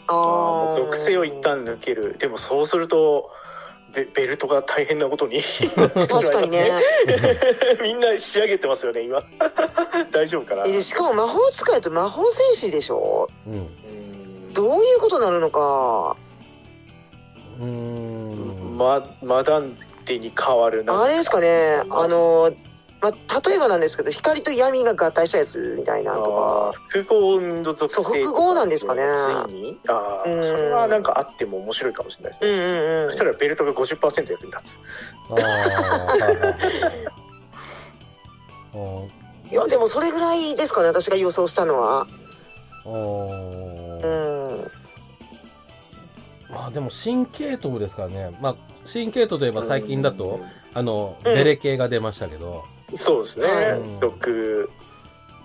Speaker 2: ああ。
Speaker 3: 属性を一旦抜けるでもそうするとベベルトが大変なことに なってしまいます
Speaker 2: 確かに ね。
Speaker 3: みんな仕上げてますよね今 大丈夫かな
Speaker 2: えしかも魔法使いと魔法戦士でしょ
Speaker 1: うん。
Speaker 3: うん
Speaker 2: どういうことになるのか。
Speaker 1: うーん。
Speaker 3: ま、マダンテに変わる
Speaker 2: あれですかね、
Speaker 3: うん
Speaker 2: あの、まあ、例えばなんですけど、光と闇が合体したやつみたいなのと
Speaker 3: あ
Speaker 2: か
Speaker 3: ー、複合運動属
Speaker 2: そ
Speaker 3: 性
Speaker 2: う複合なんですかね
Speaker 3: ついにああ、
Speaker 2: うん
Speaker 3: それはなんかあっても面白いかもしれないです
Speaker 2: うん
Speaker 3: ね、
Speaker 2: うんうん
Speaker 3: そしたらベルトが50%役に立
Speaker 1: あーはいはいはいはいあー。
Speaker 2: いや、でもそれぐらいですかね、私が予想したのは。
Speaker 1: あー
Speaker 2: うん。
Speaker 1: まあでも新系統ですからね、まあ、新系統といえば
Speaker 3: つ
Speaker 1: 最近だと、あの、
Speaker 2: うん
Speaker 1: デレ系が出ましたけど、
Speaker 3: うんそうですね
Speaker 1: うん
Speaker 3: 毒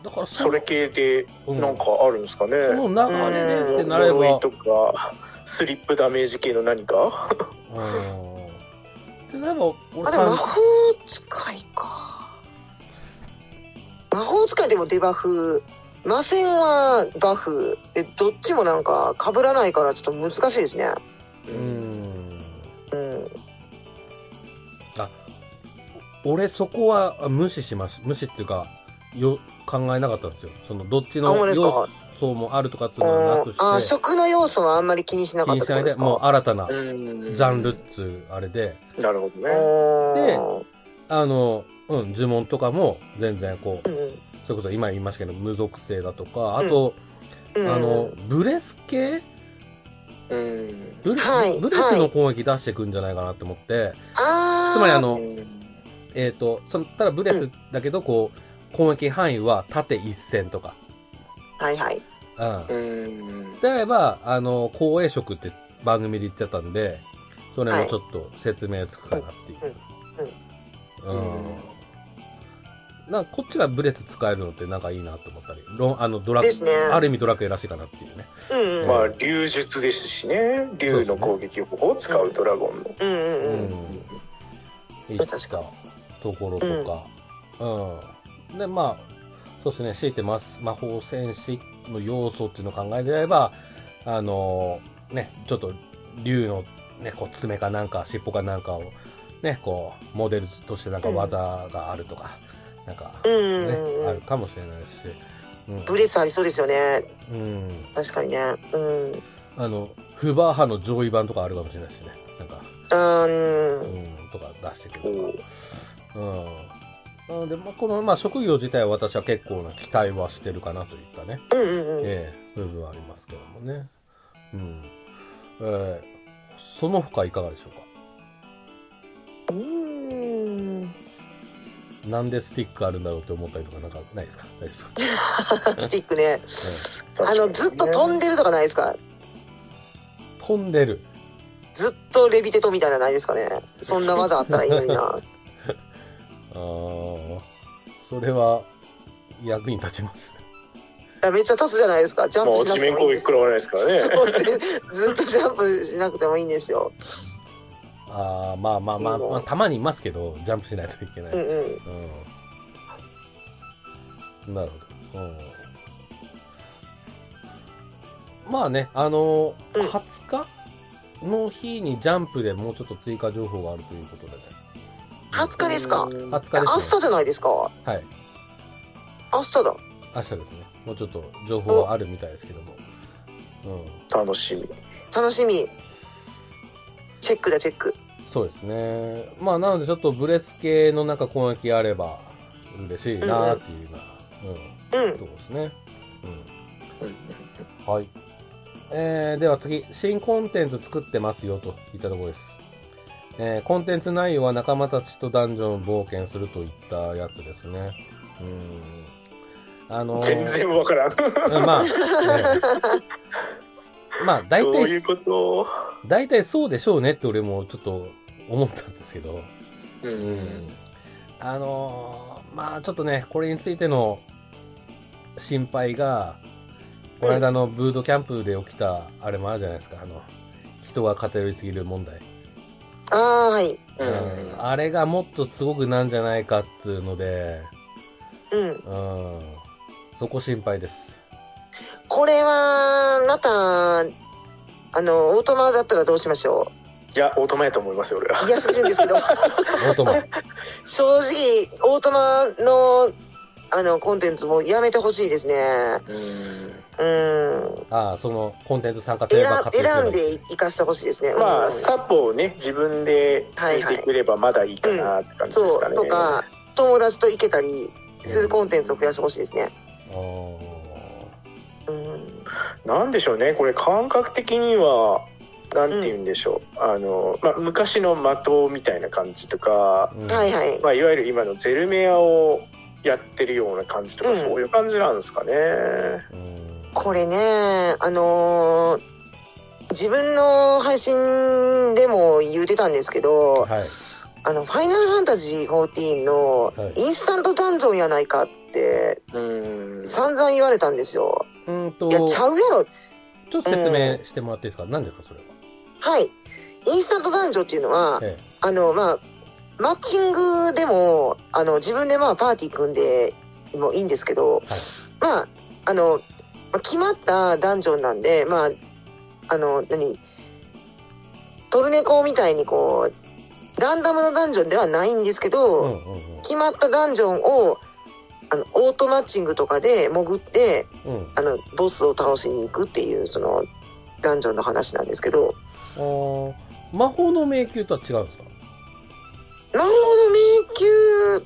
Speaker 1: だからそ
Speaker 3: それ系で
Speaker 1: うん
Speaker 3: なんかあるんですかね、
Speaker 1: その流れでってなれ
Speaker 3: 呪い
Speaker 1: ば、
Speaker 3: とかスリップダメージ系の何か
Speaker 1: うんってなれば、
Speaker 2: あ、
Speaker 1: 俺
Speaker 2: でも魔
Speaker 1: か
Speaker 2: 法使いか。魔法使いでもデバフ、魔戦はバフ、でどっちもなんか被らないからちょっと難しいですね。
Speaker 1: うーん。
Speaker 2: うん。
Speaker 1: 俺そこは無視します。無視っていうか、よ、考えなかったんですよ。その、どっち
Speaker 2: あ、ほん
Speaker 1: の
Speaker 2: まです
Speaker 1: 要
Speaker 2: か。
Speaker 1: 素もあるとかっていうのはな
Speaker 2: う
Speaker 1: く
Speaker 2: んあ、
Speaker 1: して、
Speaker 2: 食の要素はあんまり気にしな
Speaker 1: 気
Speaker 2: かっ
Speaker 1: に
Speaker 2: たっ
Speaker 1: してないで、
Speaker 2: ことですか。
Speaker 1: もう新たなジ
Speaker 3: うん
Speaker 1: ャンルっつうあれで、
Speaker 3: なるほどね。
Speaker 2: おー
Speaker 1: あの、うん、呪文とかも全然こう、
Speaker 2: うん
Speaker 1: それこそ今言いましたけど、無属性だとか、あと、
Speaker 2: うん
Speaker 1: あの、ブレス系
Speaker 3: うん。
Speaker 1: ブレ,、
Speaker 2: はい
Speaker 1: ブレスの攻撃出してくんじゃないかなって思って、
Speaker 2: あー
Speaker 1: つまりあ
Speaker 3: う
Speaker 1: の、
Speaker 3: ん
Speaker 1: えっ、と、そのただブレスだけど、こう、攻撃範囲は縦一線とか。
Speaker 2: はいはい。
Speaker 1: うん。
Speaker 3: うん。
Speaker 1: であれば、あの、光栄色って番組で言ってたんで、それもちょっと説明つくかなっていう。
Speaker 3: う
Speaker 1: うん。
Speaker 3: ん
Speaker 1: なんかこっちがブレス使えるのってなんかいいなと思ったり、ロンあのドラ
Speaker 2: ですね
Speaker 1: ある意味ドラクエらしいかなっていうね。
Speaker 2: うんうん。
Speaker 3: まあ、竜術ですしね。竜の攻撃方法を使うドラゴンの。
Speaker 2: うんうん
Speaker 1: う
Speaker 2: うんん。
Speaker 1: いったところとか、うん。で、まあ、そうですね、強いてます。魔法戦士の要素っていうのを考えてれば、あのーね、ちょっと、竜の、ね、こう、爪かなんか、尻尾かなんかを、ね、こう、モデルとしてなんか技があるとか、なんか、
Speaker 2: う
Speaker 1: ね、
Speaker 2: んうんうん
Speaker 1: あるかもしれないし、うん。
Speaker 2: ブレスありそうですよね。
Speaker 1: うん。
Speaker 2: 確かにね。うん。う
Speaker 1: あの、フバーハの上位版とかあるかもしれないしね、なんか、
Speaker 2: ー。
Speaker 1: うんん、とか出してく
Speaker 3: お
Speaker 1: るとか
Speaker 3: う。
Speaker 1: うん。なので、まあ、この、まあ、職業自体は私は結構な期待はしてるかなといったね、
Speaker 2: うんうんうん。
Speaker 1: ええ部分はありますけどもね。うん。ええその他いかがでしょう
Speaker 2: うー ん。
Speaker 1: かなんでスティックあるんだろうって思ったりとかなんかないですか大丈夫。え
Speaker 2: スティックね。
Speaker 1: え
Speaker 2: あの、ずっと飛ん
Speaker 3: で。
Speaker 2: でるとかないですか
Speaker 1: 飛んでる。
Speaker 2: ずっとレビテトみたいなのないですかねそんな技あったらいいの にな。
Speaker 1: ああ、それは役に立ちます。
Speaker 2: いやめっちゃ立つじゃないですか。ジャ
Speaker 3: ま
Speaker 2: ン
Speaker 3: あ
Speaker 2: プ、しな
Speaker 3: 地
Speaker 2: くて
Speaker 3: 面
Speaker 2: もいい
Speaker 3: 攻
Speaker 2: ん
Speaker 3: 撃
Speaker 2: です
Speaker 3: 食らわないですからね。
Speaker 2: そう ずっとジャンプしなくてもいいんですよ。
Speaker 1: ああ、まあまあまあ、まあ、たまにいますけど、ジャンプしないといけない。
Speaker 2: うんうん。
Speaker 1: うん。なるほど。うん、まあね、あの
Speaker 2: うん
Speaker 1: 20日の日にジャンプでもうちょっと追加情報があるということでね。
Speaker 2: 20日ですか
Speaker 3: うん
Speaker 1: 20
Speaker 2: え
Speaker 1: 日
Speaker 2: 明
Speaker 1: です、
Speaker 2: 日
Speaker 1: ね。
Speaker 2: じゃないですか
Speaker 1: はい。
Speaker 2: 明日だ。
Speaker 1: 明日ですね。もうちょっと情報はあるみたいですけども。うん。
Speaker 3: 楽しみ。
Speaker 2: 楽しみ。チェックだ、チェック。
Speaker 1: そうですね。まあ、なのでちょっとブレス系のなんか攻撃あれば嬉しいなっていうよう
Speaker 2: う
Speaker 1: な、うん、と
Speaker 2: ん。
Speaker 1: こですね。うん。
Speaker 3: うん
Speaker 1: はい。えー、では次、新コンテンツ作ってますよといったところです。えー、コンテンツ内容は仲間たちとダンジョンを冒険するといったやつですね。うーん。あのー
Speaker 3: 全然わからん。
Speaker 1: うんまあ、ね まあ、大
Speaker 3: どうい
Speaker 1: 体、
Speaker 3: うこと
Speaker 1: 大体そうでしょうねって俺もちょっと思ったんですけど。
Speaker 3: う
Speaker 1: う。あのーまあちょっとね、これについての心配が、この間のブードキャンプで起きた、あれもあるじゃないですか、あの、人が偏りすぎる問題。
Speaker 2: あー、はい。
Speaker 3: うん
Speaker 1: あれがもっとすごくなんじゃないかっつうので、
Speaker 2: うん。
Speaker 1: うん、そこ心配です。
Speaker 2: これは、また、あの、オートマだったらどうしましょ
Speaker 3: いや、オートマやと思いますよ、俺
Speaker 2: う
Speaker 3: は。
Speaker 2: 嫌すぎるんですけど。
Speaker 1: オー トマ。
Speaker 2: 正直、オートマの、あの、コンテンツもやめてほしいですね。う
Speaker 3: うん
Speaker 2: ん。
Speaker 1: ああ、その、コンテンツ参加すれ
Speaker 2: 選
Speaker 1: ば勝手に
Speaker 2: 選んでいかせてほしいですね。うん
Speaker 3: まあ、サポをね、自分でついてくればまだいいかなって感じです
Speaker 2: そ
Speaker 3: か
Speaker 2: う、
Speaker 3: ね。
Speaker 2: とか、友達と行けたりするコンテンツを増やしてほしいですね。
Speaker 1: あー
Speaker 2: うん。
Speaker 3: なんでしょうね、これ感覚的には、なんて言うんでしょう。あの、まあ、昔の的みたいな感じとか、
Speaker 1: うん
Speaker 2: はいはい。
Speaker 3: まあ、いわゆる今のゼルメアをやってるような感じとか、
Speaker 2: うん
Speaker 3: そういう感じなんですかね。
Speaker 1: うん
Speaker 2: これね、あのー自分の配信でも言うてたんですけど、
Speaker 1: はい。
Speaker 2: あの、ファイナルファンタジー14の
Speaker 1: はい
Speaker 2: インスタントダンジョンやないかって
Speaker 3: うん。
Speaker 2: 散々言われたんですよ。
Speaker 1: うんと、
Speaker 2: いや、ちゃうやろ。
Speaker 1: ちょっと説明してもらっていいですか、何ですか、それは。
Speaker 2: はい。インスタントダンジョンっていうのは、
Speaker 1: え
Speaker 2: あの、まあ、マッチングでも、あの、自分でまあ、パーティー組んでもいいんですけど、
Speaker 1: はい
Speaker 2: まああのまあ決まったダンジョンなんでまああの何トルネコみたいにこうランダムのダンジョンではないんですけど、
Speaker 1: うんうんうん
Speaker 2: 決まったダンジョンをあのオートマッチングとかで潜って
Speaker 1: うん
Speaker 2: あのボスを倒しに行くっていうそのダンジョンの話なんですけど
Speaker 1: あー魔法の迷宮とは違うんですか
Speaker 2: 魔法の迷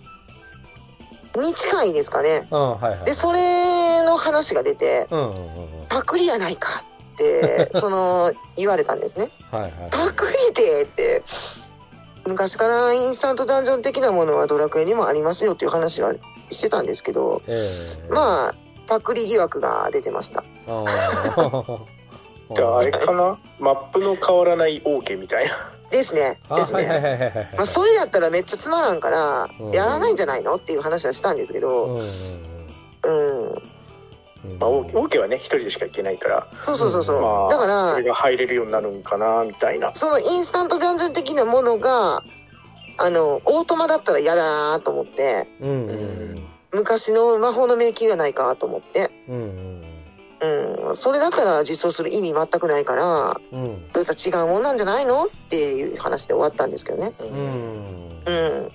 Speaker 2: 宮に近いですかね
Speaker 1: ああーはいはい
Speaker 2: でそれの話が出て
Speaker 1: うんうんうんうん
Speaker 2: パクリやないか ってその言われたんですね
Speaker 1: はいはい
Speaker 2: パクリでって昔からインスタントダンジョン的なものはドラクエにもありますよっていう話はしてたんですけど
Speaker 1: ええ
Speaker 2: まあパクリ疑惑が出てました
Speaker 1: あー
Speaker 3: じゃああれかなマップの変わらない王家みたい な
Speaker 2: ですね。
Speaker 1: あ
Speaker 2: です
Speaker 1: はいはい
Speaker 2: ね。
Speaker 1: はいはいはい
Speaker 2: まあ、それやったらめっちゃつまらんから
Speaker 1: うん、
Speaker 2: やらないんじゃないのっていう話はしたんですけ
Speaker 1: うん
Speaker 2: ど、
Speaker 1: うん
Speaker 2: うん。
Speaker 1: うん
Speaker 3: まあ、王家王家はね一人でしか行けないから、
Speaker 2: そうそうそう
Speaker 3: ま
Speaker 2: そ
Speaker 3: あ、
Speaker 2: う。だか
Speaker 3: そ
Speaker 2: ら
Speaker 3: れ、が入れるようになるんかなみたいな
Speaker 2: そのインスタントダンジョン的なものが、あの、オートマだったら嫌だなと思って、
Speaker 1: うんうん
Speaker 2: 昔の魔法の迷宮がないかと思って、
Speaker 1: うんうん
Speaker 2: うん。それだったら実装する意味全くないから、
Speaker 1: うんうん
Speaker 2: どうやったら違うもんなんじゃないのっていう話で終わったんですけどね。
Speaker 3: う
Speaker 1: うんん
Speaker 2: うん。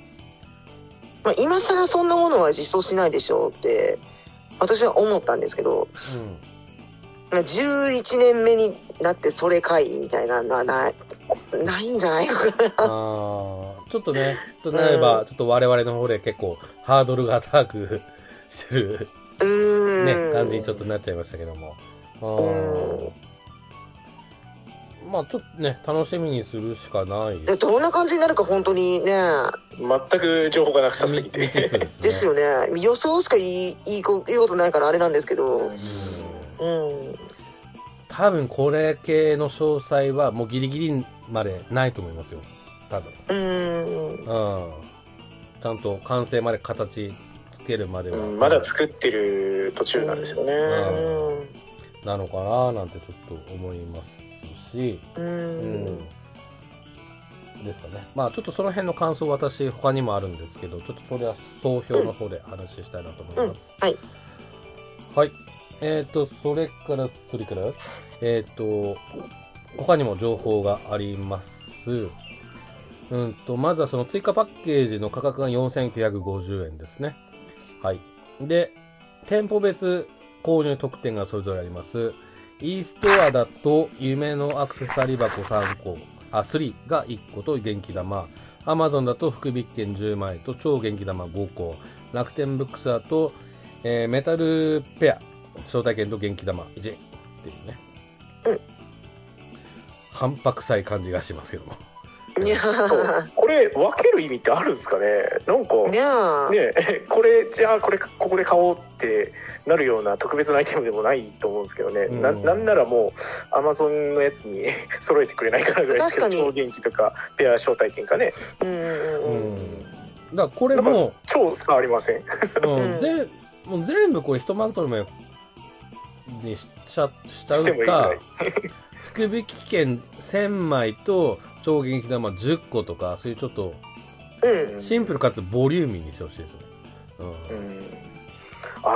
Speaker 2: まあ、今更そんなものは実装しないでしょうって、私は思ったんですけど、
Speaker 1: うん
Speaker 2: まあ11年目になってそれかいみたいなのはないないんじゃないのかな。
Speaker 1: あーちょっとね、となれば、ちょっと我々の方で結構ハードルが高くしてる、
Speaker 2: うーん。
Speaker 1: ね、感じにちょっとなっちゃいましたけども。あーまあちょっとね、楽しみにするしかない
Speaker 2: でどんな感じになるか本当にね、
Speaker 3: 全く情報がなさすぎ
Speaker 1: み未知数
Speaker 3: て
Speaker 1: ね
Speaker 2: ですよね。予想しか言い言いこ言うことないからあれなんですけ
Speaker 1: う
Speaker 2: ど。
Speaker 1: ん
Speaker 2: うん。
Speaker 1: 多分これ系の詳細はもうギリギリまでないと思いますよ。多分。
Speaker 2: うーん。
Speaker 1: うん。ちゃんと完成まで形つけるまでは。
Speaker 3: うんまだ作ってる途中なんですよね、
Speaker 2: うん
Speaker 1: なのかななんてちょっと思いますし。
Speaker 2: う。
Speaker 1: うんですかね。まあちょっとその辺の感想私他にもあるんですけど、ちょっとそれは総評の方で話したいなと思います。
Speaker 2: うん。はい。
Speaker 1: はい。えっ、と、それから、それから、えっ、と、他にも情報があります。うんと、まずはその追加パッケージの価格が4950円ですね。はい。で、店舗別購入特典がそれぞれあります。e ストアだと、夢のアクセサリー箱3個、あ、3が1個と元気玉。Amazon だと福引券10枚と超元気玉5個。楽天ブックスだと、えーメタルペア、招待券と元気玉1っていうね。
Speaker 2: うん
Speaker 1: 半白臭い感じがしますけども。
Speaker 2: にゃー。
Speaker 3: これ分ける意味ってあるんですかねな んか
Speaker 2: にゃー。
Speaker 3: ね えこれじゃあこれここで買おうってなるような特別なアイテムでもないと思うんですけどね、
Speaker 1: うん
Speaker 3: ななんならもうアマゾンのやつに 揃えてくれないかなぐらいです
Speaker 2: 確
Speaker 3: けど
Speaker 2: かに
Speaker 3: 超元気とかペア招待券かね
Speaker 2: うんうんうん。
Speaker 1: うん。だからこれも、
Speaker 3: 超差ありません
Speaker 1: う、
Speaker 2: うんん
Speaker 1: ぜもう全部これひとまとめにしちゃしちゃう
Speaker 3: してもいいぐ
Speaker 1: から
Speaker 3: い、
Speaker 1: 福引券1000枚と超元気玉10個とか、そういうちょっと
Speaker 2: うん。
Speaker 1: シンプルかつボリューミーにしてほしいですよ。
Speaker 3: ル、うん、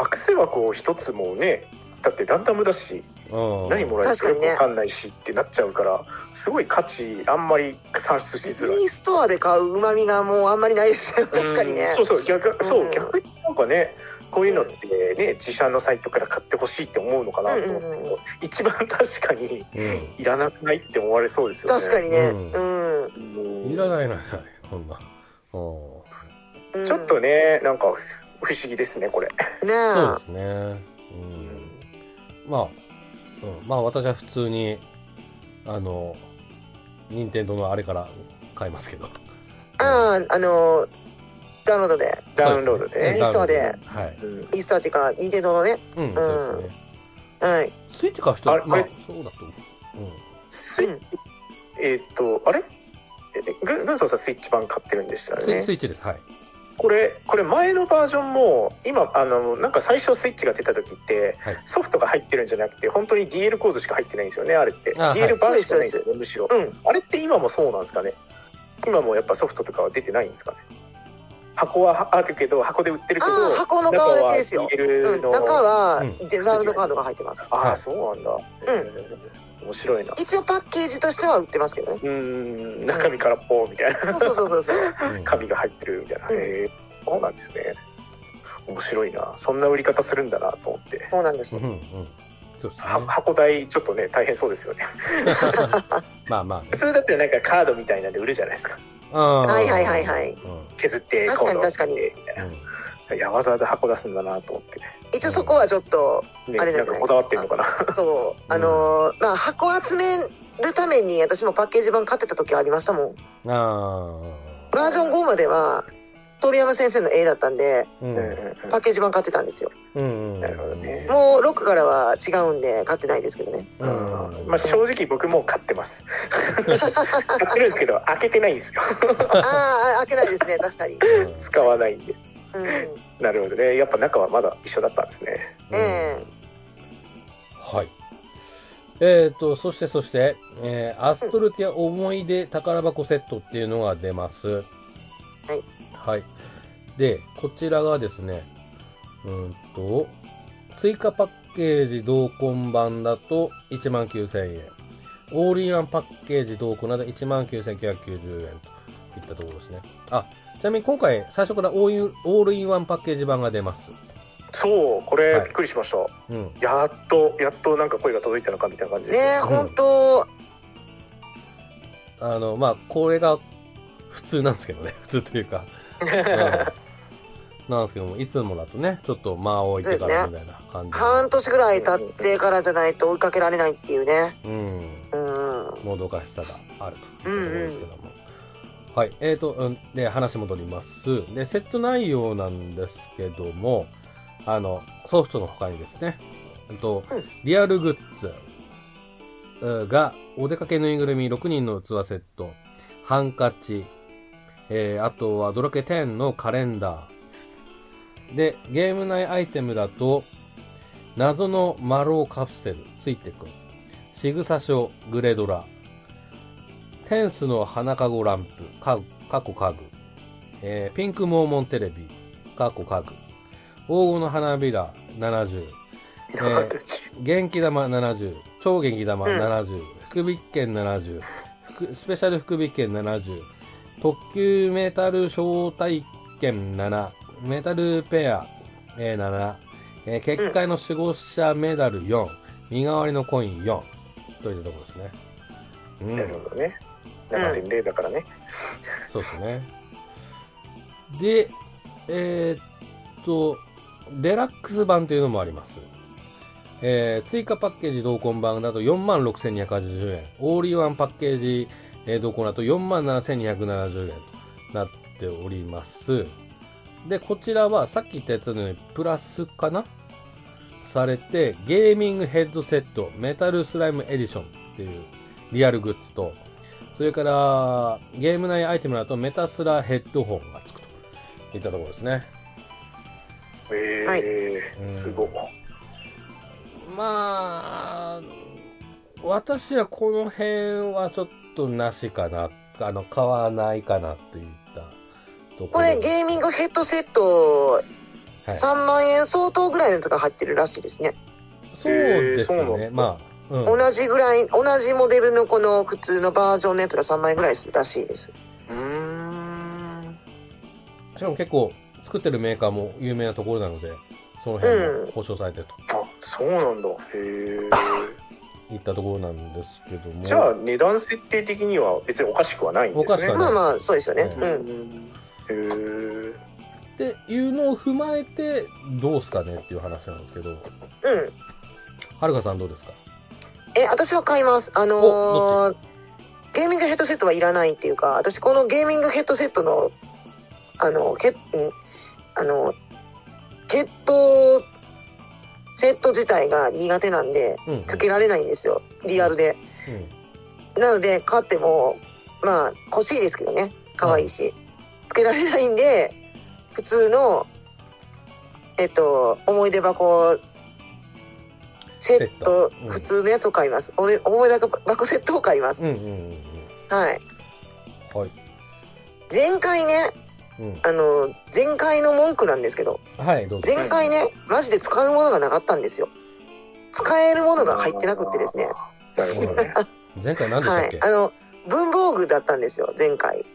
Speaker 3: アクセ箱を一つもねだってランダムだし
Speaker 1: うん。うん
Speaker 3: 何もらえるかよ
Speaker 2: 確かに
Speaker 3: く
Speaker 2: ね
Speaker 3: 分かんないしってなっちゃうからすごい価値あんまり算出しづらい
Speaker 2: C ストアで買う旨味がもうあんまりないですよ。確かにね。
Speaker 3: うんそうそう逆そう、
Speaker 2: うん
Speaker 3: 逆になんかねこういうのってね自社のサイトから買ってほしいって思うのかなと思って、
Speaker 2: うんうんうん
Speaker 3: 一番確かに
Speaker 1: うん。
Speaker 3: いらなくないって思われそうですよね
Speaker 2: 確かにね。
Speaker 1: う
Speaker 2: うん。
Speaker 3: に
Speaker 1: いらないのよ、こんな。うん。
Speaker 2: うん
Speaker 3: ちょっとねなんか不思議ですねこれ
Speaker 2: ね
Speaker 1: そう
Speaker 2: え
Speaker 1: ですね。うん。まあ、うん、まあ私は普通に、あの、任天堂のあれから買いますけど。
Speaker 2: ああ、あの、ダウンロードで、
Speaker 3: ダウンロードで
Speaker 1: うん
Speaker 3: ね、
Speaker 1: ダウンロード
Speaker 2: インス
Speaker 1: はい。
Speaker 3: うん
Speaker 2: インスタっていうか、ニンテンドーのね、
Speaker 1: うん、そうですね。
Speaker 2: はい。
Speaker 1: スイッチ買う人
Speaker 3: あれ
Speaker 1: まあ
Speaker 3: あれ、
Speaker 1: そうだと思う。
Speaker 3: スイえーっ、とあれえぐ軍曹さんスイッチ版買ってるんでした
Speaker 1: うん。
Speaker 3: よ
Speaker 1: スイ
Speaker 3: ね
Speaker 1: スイッチです、はい。
Speaker 3: これこれ前のバージョンも今あのなんか最初スイッチが出た時って、
Speaker 1: はい
Speaker 3: ソフトが入ってるんじゃなくて本当に DL コードしか入ってないんですよねあれって
Speaker 1: あはい
Speaker 3: DL バージョンしかないんですよねむしろ
Speaker 2: うん。
Speaker 3: あれって今もそうなんですかね今もやっぱソフトとかは出てないんですかね箱はあるけど箱で売ってるけ
Speaker 2: あ
Speaker 3: ど
Speaker 2: あ箱の顔だけですよ
Speaker 3: 中は入れ
Speaker 2: う
Speaker 3: る
Speaker 2: ん、
Speaker 3: の、
Speaker 2: 中は
Speaker 1: うん
Speaker 2: デザートカードが入ってます。
Speaker 3: あ
Speaker 1: は
Speaker 3: あ
Speaker 1: い
Speaker 3: そうなんだ、うん、面白いな
Speaker 2: 一応パッケージとしては売ってますけどね。
Speaker 3: うーん中身空っぽみたいな
Speaker 2: そうそうそうそう。
Speaker 1: うん
Speaker 3: 紙が入ってるみたいな、
Speaker 2: うん
Speaker 3: へえそうなんですね面白いなそんな売り方するんだなと思って
Speaker 2: そうなんです
Speaker 1: う
Speaker 2: よ
Speaker 1: ん。うんそうですね
Speaker 3: は箱代ちょっとね大変そうですよね
Speaker 1: まあまあね
Speaker 3: 普通だってなんかカードみたいなんで売るじゃないですか
Speaker 1: はい
Speaker 2: はいはいはい
Speaker 3: 削って
Speaker 2: 確かに
Speaker 3: 今度
Speaker 2: 確かに
Speaker 3: みたいないやわざわざ箱出すんだなと思って
Speaker 2: 一応そこはちょっと、
Speaker 3: ね
Speaker 2: あれ
Speaker 3: な
Speaker 2: なんん
Speaker 3: か
Speaker 2: か
Speaker 3: こだわってんのかな
Speaker 2: そう、あのーまあ箱集めるために私もパッケージ版買ってた時ありましたもん。
Speaker 1: あ
Speaker 2: バージョン5までは、鳥山先生の絵だったんで、
Speaker 1: あう
Speaker 3: うんんうんうん
Speaker 2: パッケージ版買ってたんですよ。
Speaker 1: うんうん
Speaker 3: なるほどね
Speaker 2: もう6からは違うんで、買ってないですけどね。
Speaker 1: うん
Speaker 3: まあ、正直僕もう買ってます 買ってるんですけど開けてないんですよ
Speaker 2: ああ、開けないですね、確かに。
Speaker 1: うん
Speaker 3: 使わないんで
Speaker 2: うん。
Speaker 3: なるほどねやっぱ中はまだ一緒だったんですね
Speaker 2: え。
Speaker 1: はい。えっ、と、そしてそして、えーアストルティア思い出宝箱セットっていうのが出ます。はいはい。で、こちらがですね、うーんと、追加パッケージ同梱版だと19,000円。オールインワンパッケージ同梱だと19,990円といったところですね。あ、ちなみに今回最初からオールインオールインワンパッケージ版が出ます。
Speaker 3: そうこ
Speaker 1: は
Speaker 3: れ
Speaker 1: い
Speaker 3: びっくりしました、
Speaker 1: うん。
Speaker 3: やっとやっとなんか声が届いたのかみたいな感じ
Speaker 2: え
Speaker 3: です
Speaker 2: ねえ、本当
Speaker 1: あの、まあ、これが普通なんですけどね、 普通というか、うんなんですけども、いつもだとね、ちょっと間を置いてからみたいな感じで
Speaker 2: 半年ぐらい経ってからじゃないと追いかけられないっていうね。
Speaker 1: うん、
Speaker 2: うん。
Speaker 1: もどかしさがあるというところですけども。はい、えーと、うん、で、話戻ります。で、セット内容なんですけども、あの、ソフトの他にですね、うんと
Speaker 2: うん、
Speaker 1: リアルグッズうんが、お出かけぬいぐるみ6人の器セット、ハンカチ、えーあとはドラケ10のカレンダー。で、ゲーム内アイテムだと、謎の丸尾カプセル、ついてくん、仕草書、グレドラ、テンスの花かごランプ、か過去家具、えーピンクモーモンテレビ、過去家具、黄金の花びら70、えー元気玉70、超元気玉70、福引券70、福スペシャル福引券70、特急メタル招待券7、メタルペア、えー7、えー結界の守護者メダル4、身代わりのコイン4、といったところですね。うん
Speaker 3: なるほどね7.0だからね、
Speaker 1: そうですね。で、えーっと、デラックス版というのもあります。えー追加パッケージ同梱版だと46,280円。オールインワンパッケージ、えー同梱だと47,270円となっております。で、こちらはさっき言ったやつのようにプラスかなされて、ゲーミングヘッドセット、メタルスライムエディションっていうリアルグッズと、それから、ゲーム内アイテムだとメタスラヘッドホンがつくといったところですね。
Speaker 3: え
Speaker 2: はい
Speaker 3: ー
Speaker 1: うん
Speaker 3: すごい
Speaker 1: まあ、私はこの辺はちょっとなしかな、あの、買わないかなっていったところ。
Speaker 2: これゲーミングヘッドセット
Speaker 1: はい、そ
Speaker 2: 3万円相当ぐらいのとか入ってるらしいですね。
Speaker 1: うです
Speaker 3: えーそうなんで
Speaker 1: ね。
Speaker 3: すか
Speaker 1: まあ、うん
Speaker 2: 同じぐらい、同じモデルのこの普通のバージョンのやつが3万円ぐらいするらしいです。
Speaker 3: うーん
Speaker 1: しかも結構、作ってるメーカーも有名なところなので、その辺
Speaker 2: うん
Speaker 1: も保証されてる
Speaker 3: あそうなんだへ
Speaker 1: といったところなんですけども。
Speaker 3: えじゃあ値段設定的には別におかしくはないんですね
Speaker 1: おかしくはない
Speaker 2: まあまあ、そうですよね。
Speaker 1: う
Speaker 2: う。
Speaker 3: うんんへー
Speaker 1: っていうのを踏まえて、どうすかねっていう話なんですけど、
Speaker 2: うん。
Speaker 1: はるかさんどうですか
Speaker 2: え、私は買います。あのーゲーミングヘッドセットはいらないっていうか、私このゲーミングヘッドセットの、あの、ヘッ、んあの、ヘッドセット自体が苦手なんで、
Speaker 1: うんうん。
Speaker 2: つけられないんですよ。リアルで。
Speaker 1: うん
Speaker 2: なので、買っても、まあ、欲しいですけどね。可愛いし。つけられないんで、普通の、えっと、思い出箱、セット、
Speaker 1: セットうん
Speaker 2: 普通のやつを買います。おで思い出箱セットを買います。
Speaker 1: うんうんうんうん。
Speaker 2: はい。
Speaker 1: はい。
Speaker 2: 前回ね、
Speaker 1: うん。
Speaker 2: あの、前回の文句なんですけど、
Speaker 1: はい、どうぞ。
Speaker 2: 前回ね、マジで使うものがなかったんですよ。使えるものが入ってなくってですね。
Speaker 3: なるほど ね。
Speaker 1: 前回何でした
Speaker 2: は
Speaker 1: っ
Speaker 2: い
Speaker 1: け、。
Speaker 2: あの、文房具だったんですよ、前回。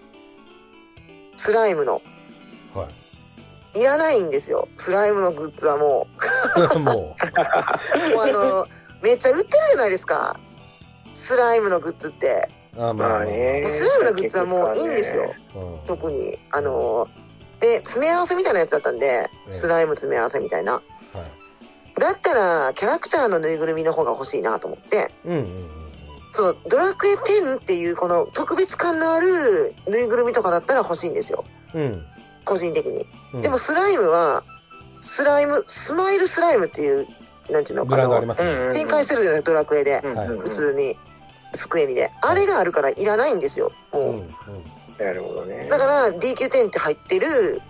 Speaker 2: スライムの。
Speaker 1: はい
Speaker 2: らないんですよ、スライムのグッズはも
Speaker 1: い。 も
Speaker 2: う。もうあ の、めっちゃ売ってるじゃないですか。スライムのグッズって。
Speaker 1: う、あまあ
Speaker 3: まあ
Speaker 1: ね。
Speaker 3: ね
Speaker 2: もう。スライムのグッズはもういいんですよ。
Speaker 1: うん
Speaker 2: 特に。あの、で、詰め合わせみたいなやつだったんで、スライム詰め合わせみたいな。
Speaker 1: はい。
Speaker 2: だったら、キャラクターのぬいぐるみの方が欲しいなと思って、
Speaker 1: うんうんうんうん。
Speaker 2: その、ドラクエ10っていうこの特別感のあるぬいぐるみとかだったら欲しいんですよ。
Speaker 1: うん
Speaker 2: 個人的に。
Speaker 1: うん。
Speaker 2: でも、スライムは、スライム、スマイルスライムっていう、なんていうの
Speaker 1: ブ
Speaker 2: か
Speaker 1: ランドありま
Speaker 2: な。
Speaker 1: すね。
Speaker 2: 展開するじゃない、ドラクエで。
Speaker 1: はい
Speaker 2: 普通に、スクエニで。あれがあるからいらないんですよ。
Speaker 1: うん
Speaker 2: も
Speaker 3: なるほどね
Speaker 2: う。だから、DQ10 って入ってる、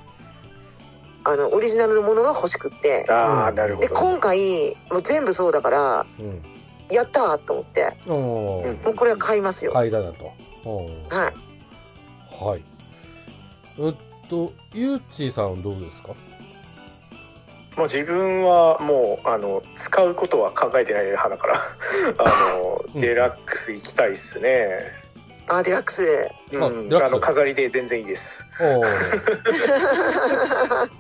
Speaker 2: あの、オリジナルのものが欲しくって。
Speaker 3: ああ、なるほ
Speaker 2: で、
Speaker 3: ど。
Speaker 2: 今回、もう全部そうだから、
Speaker 1: うん
Speaker 2: やったーと思って。
Speaker 1: うん。お
Speaker 3: う
Speaker 1: ー
Speaker 3: ん
Speaker 2: もうこれは買いますよ。はい。
Speaker 1: 間だと。おーはい。えっと、ゆうちーさんはどうですか
Speaker 3: もう自分はもうあの使うことは考えてない派だから あ
Speaker 1: う
Speaker 3: の、
Speaker 1: ん
Speaker 3: デラックス行きたいっすね、
Speaker 2: あ、デラックス。
Speaker 3: う
Speaker 1: あデ
Speaker 3: ん、
Speaker 1: ラックス
Speaker 3: あの飾りで全然いいです
Speaker 1: おー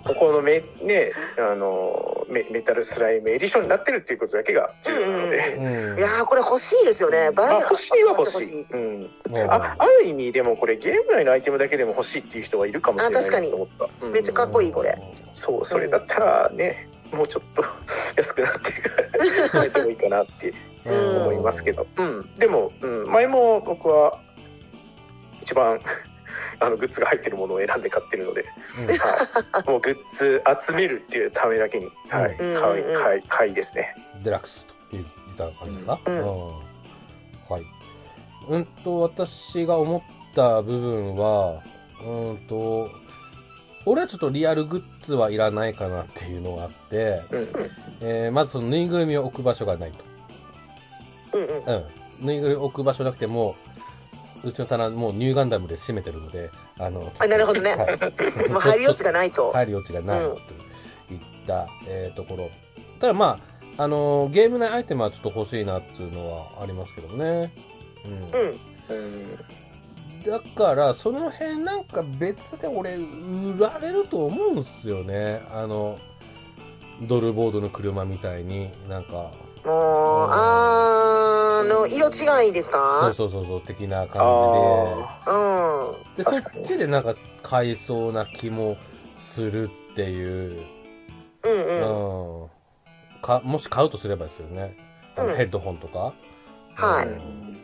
Speaker 3: ここのメ,、ね、あのメメタルスライムエディションになってるっていうことだけが重要なの
Speaker 1: う
Speaker 3: で、
Speaker 1: ん。
Speaker 2: いやー、これ欲しいですよね。
Speaker 3: まあ、
Speaker 2: 倍
Speaker 3: 欲しいは欲しい、
Speaker 2: い。
Speaker 3: うん、
Speaker 1: おー
Speaker 3: あある意味でもこれゲーム内のアイテムだけでも欲しいっていう人はいるかもしれな
Speaker 2: あ確か
Speaker 3: い
Speaker 2: に
Speaker 3: なと思った、うん
Speaker 2: めっちゃかっこいいこれ。
Speaker 3: そうそれだったらねもうちょっと安くなってくらいでもいいかなって
Speaker 2: うん
Speaker 3: 思いますけど、うん、でも、うん、前も僕は一番あのグッズが入ってるものを選んで買ってるので、
Speaker 1: うん。
Speaker 3: はい、もうグッズ集めるっていうためだけに、はい、
Speaker 2: うん
Speaker 3: 買
Speaker 2: うんう
Speaker 3: い
Speaker 2: ん
Speaker 3: 買い買いですね。
Speaker 1: デラックスといった感じかな。
Speaker 2: うん
Speaker 1: はい。うんと、私が思った部分は、うんと、俺はちょっとリアルグッズはいらないかなっていうのがあって、
Speaker 3: うん、
Speaker 1: えーまずそのぬいぐるみを置く場所がないと。
Speaker 2: うんうん。
Speaker 1: うん。ぬいぐるみを置く場所なくても、うちの棚、もうニューガンダムで閉めてるので、あの、
Speaker 2: あなるほど ね
Speaker 1: はい
Speaker 2: もう入る余地がないと。
Speaker 1: 入る余地がないといった、えーところ。ただまあ、あのーゲーム内アイテムはちょっと欲しいなっていうのはありますけどね。うん。
Speaker 2: うん。
Speaker 3: うん
Speaker 1: だから、その辺なんか別で俺、売られると思うんすよね。あの、ドルボードの車みたいに、なんか、
Speaker 2: もう、あーの、色違いです
Speaker 1: そ
Speaker 2: か
Speaker 1: うそうそうそう、的な
Speaker 3: あ
Speaker 1: 感じで。
Speaker 3: あ
Speaker 2: うん。
Speaker 1: で、そっ
Speaker 3: 確かに
Speaker 1: ちでなんか買いそうな気もするっていう、
Speaker 2: うん
Speaker 1: う
Speaker 2: うん。
Speaker 1: ん。か、もし買うとすればですよね。あの
Speaker 2: うん
Speaker 1: ヘッドホンとか。
Speaker 2: は
Speaker 1: う
Speaker 2: い
Speaker 1: ん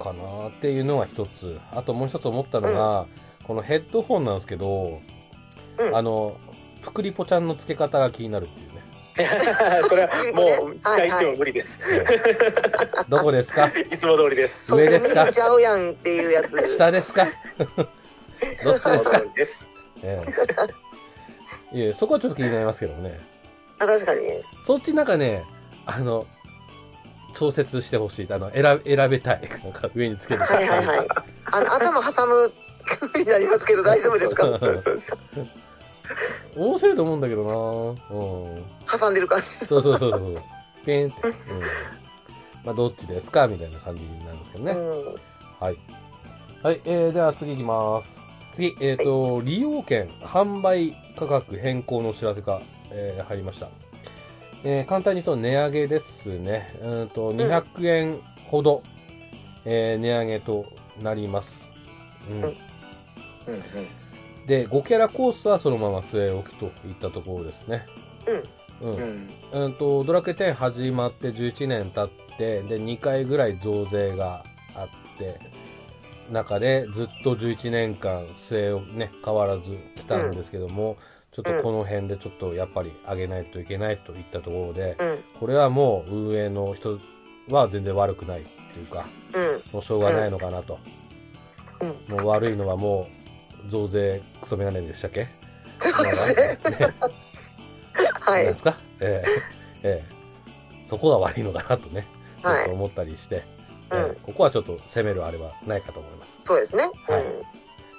Speaker 1: かなーっていうのが一つ。あともう一つ思ったのが、このヘッドホンなんですけど、
Speaker 2: うん
Speaker 1: あの、プクリポちゃんの付け方が気になるっていうね。
Speaker 3: それはもう
Speaker 2: はいはい
Speaker 3: 大しても無理です。
Speaker 1: どこですか
Speaker 3: いつも通りです。
Speaker 2: そ
Speaker 1: 上
Speaker 2: れ
Speaker 1: ですか
Speaker 2: 見えちゃうやんっていうやつ。
Speaker 1: 下です かどっち
Speaker 3: い
Speaker 1: で
Speaker 3: つ
Speaker 1: す
Speaker 3: も
Speaker 1: か
Speaker 3: 通りです。
Speaker 1: ええ。いえ、そこはちょっと気になりますけどね。
Speaker 2: あ、確かに。
Speaker 1: そっちなんかね、あの、調節してほしい。あの、選べ選べたい。なんか上につける。
Speaker 2: はいはいはい。あの、頭挟むになりますけど、大丈夫 ですか
Speaker 3: そうそうそう
Speaker 1: 面白いと思うんだけどなぁ。うん。
Speaker 2: 挟んでる感じ。
Speaker 1: そうそうそうそう。ペンって。うん。まあ、どっちですかみたいな感じになるんですけど
Speaker 2: う
Speaker 1: ね。
Speaker 2: ん。
Speaker 1: はい。はい、えー、では次いきます。次、えっ、と、利用券、販売価格変更のお知らせが、えー入りました。えー簡単に言うと値上げですね。うーんと、
Speaker 2: ん
Speaker 1: 200円ほど、えー値上げとなります。うん
Speaker 2: うん
Speaker 3: うんうん
Speaker 1: で、5キャラコースはそのまま据え置きといったところですね。
Speaker 2: うん。
Speaker 1: うん
Speaker 3: うん
Speaker 1: うんと、ドラクエ10始まって11年経って、で、2回ぐらい増税があって、中でずっと11年間末をね、変わらず来たんですけども、ちょっとこの辺でちょっとやっぱり上げないといけないといったところで、
Speaker 2: うん。
Speaker 1: これはもう運営の人は全然悪くないっていうか、
Speaker 2: うん。
Speaker 1: もうしょうがないのかなと。
Speaker 2: うん。
Speaker 1: もう悪いのはもう増税クソメガネでしたっけ
Speaker 2: そうですね。
Speaker 1: ね
Speaker 2: は
Speaker 1: なん
Speaker 2: い
Speaker 1: で。すか、ええええそこが悪いのかなとね、ちょ
Speaker 2: は
Speaker 1: っと
Speaker 2: い。
Speaker 1: 思ったりして、
Speaker 2: うん
Speaker 1: ええここはちょっと攻めるあれはないかと思います。
Speaker 2: そうですね。
Speaker 1: はい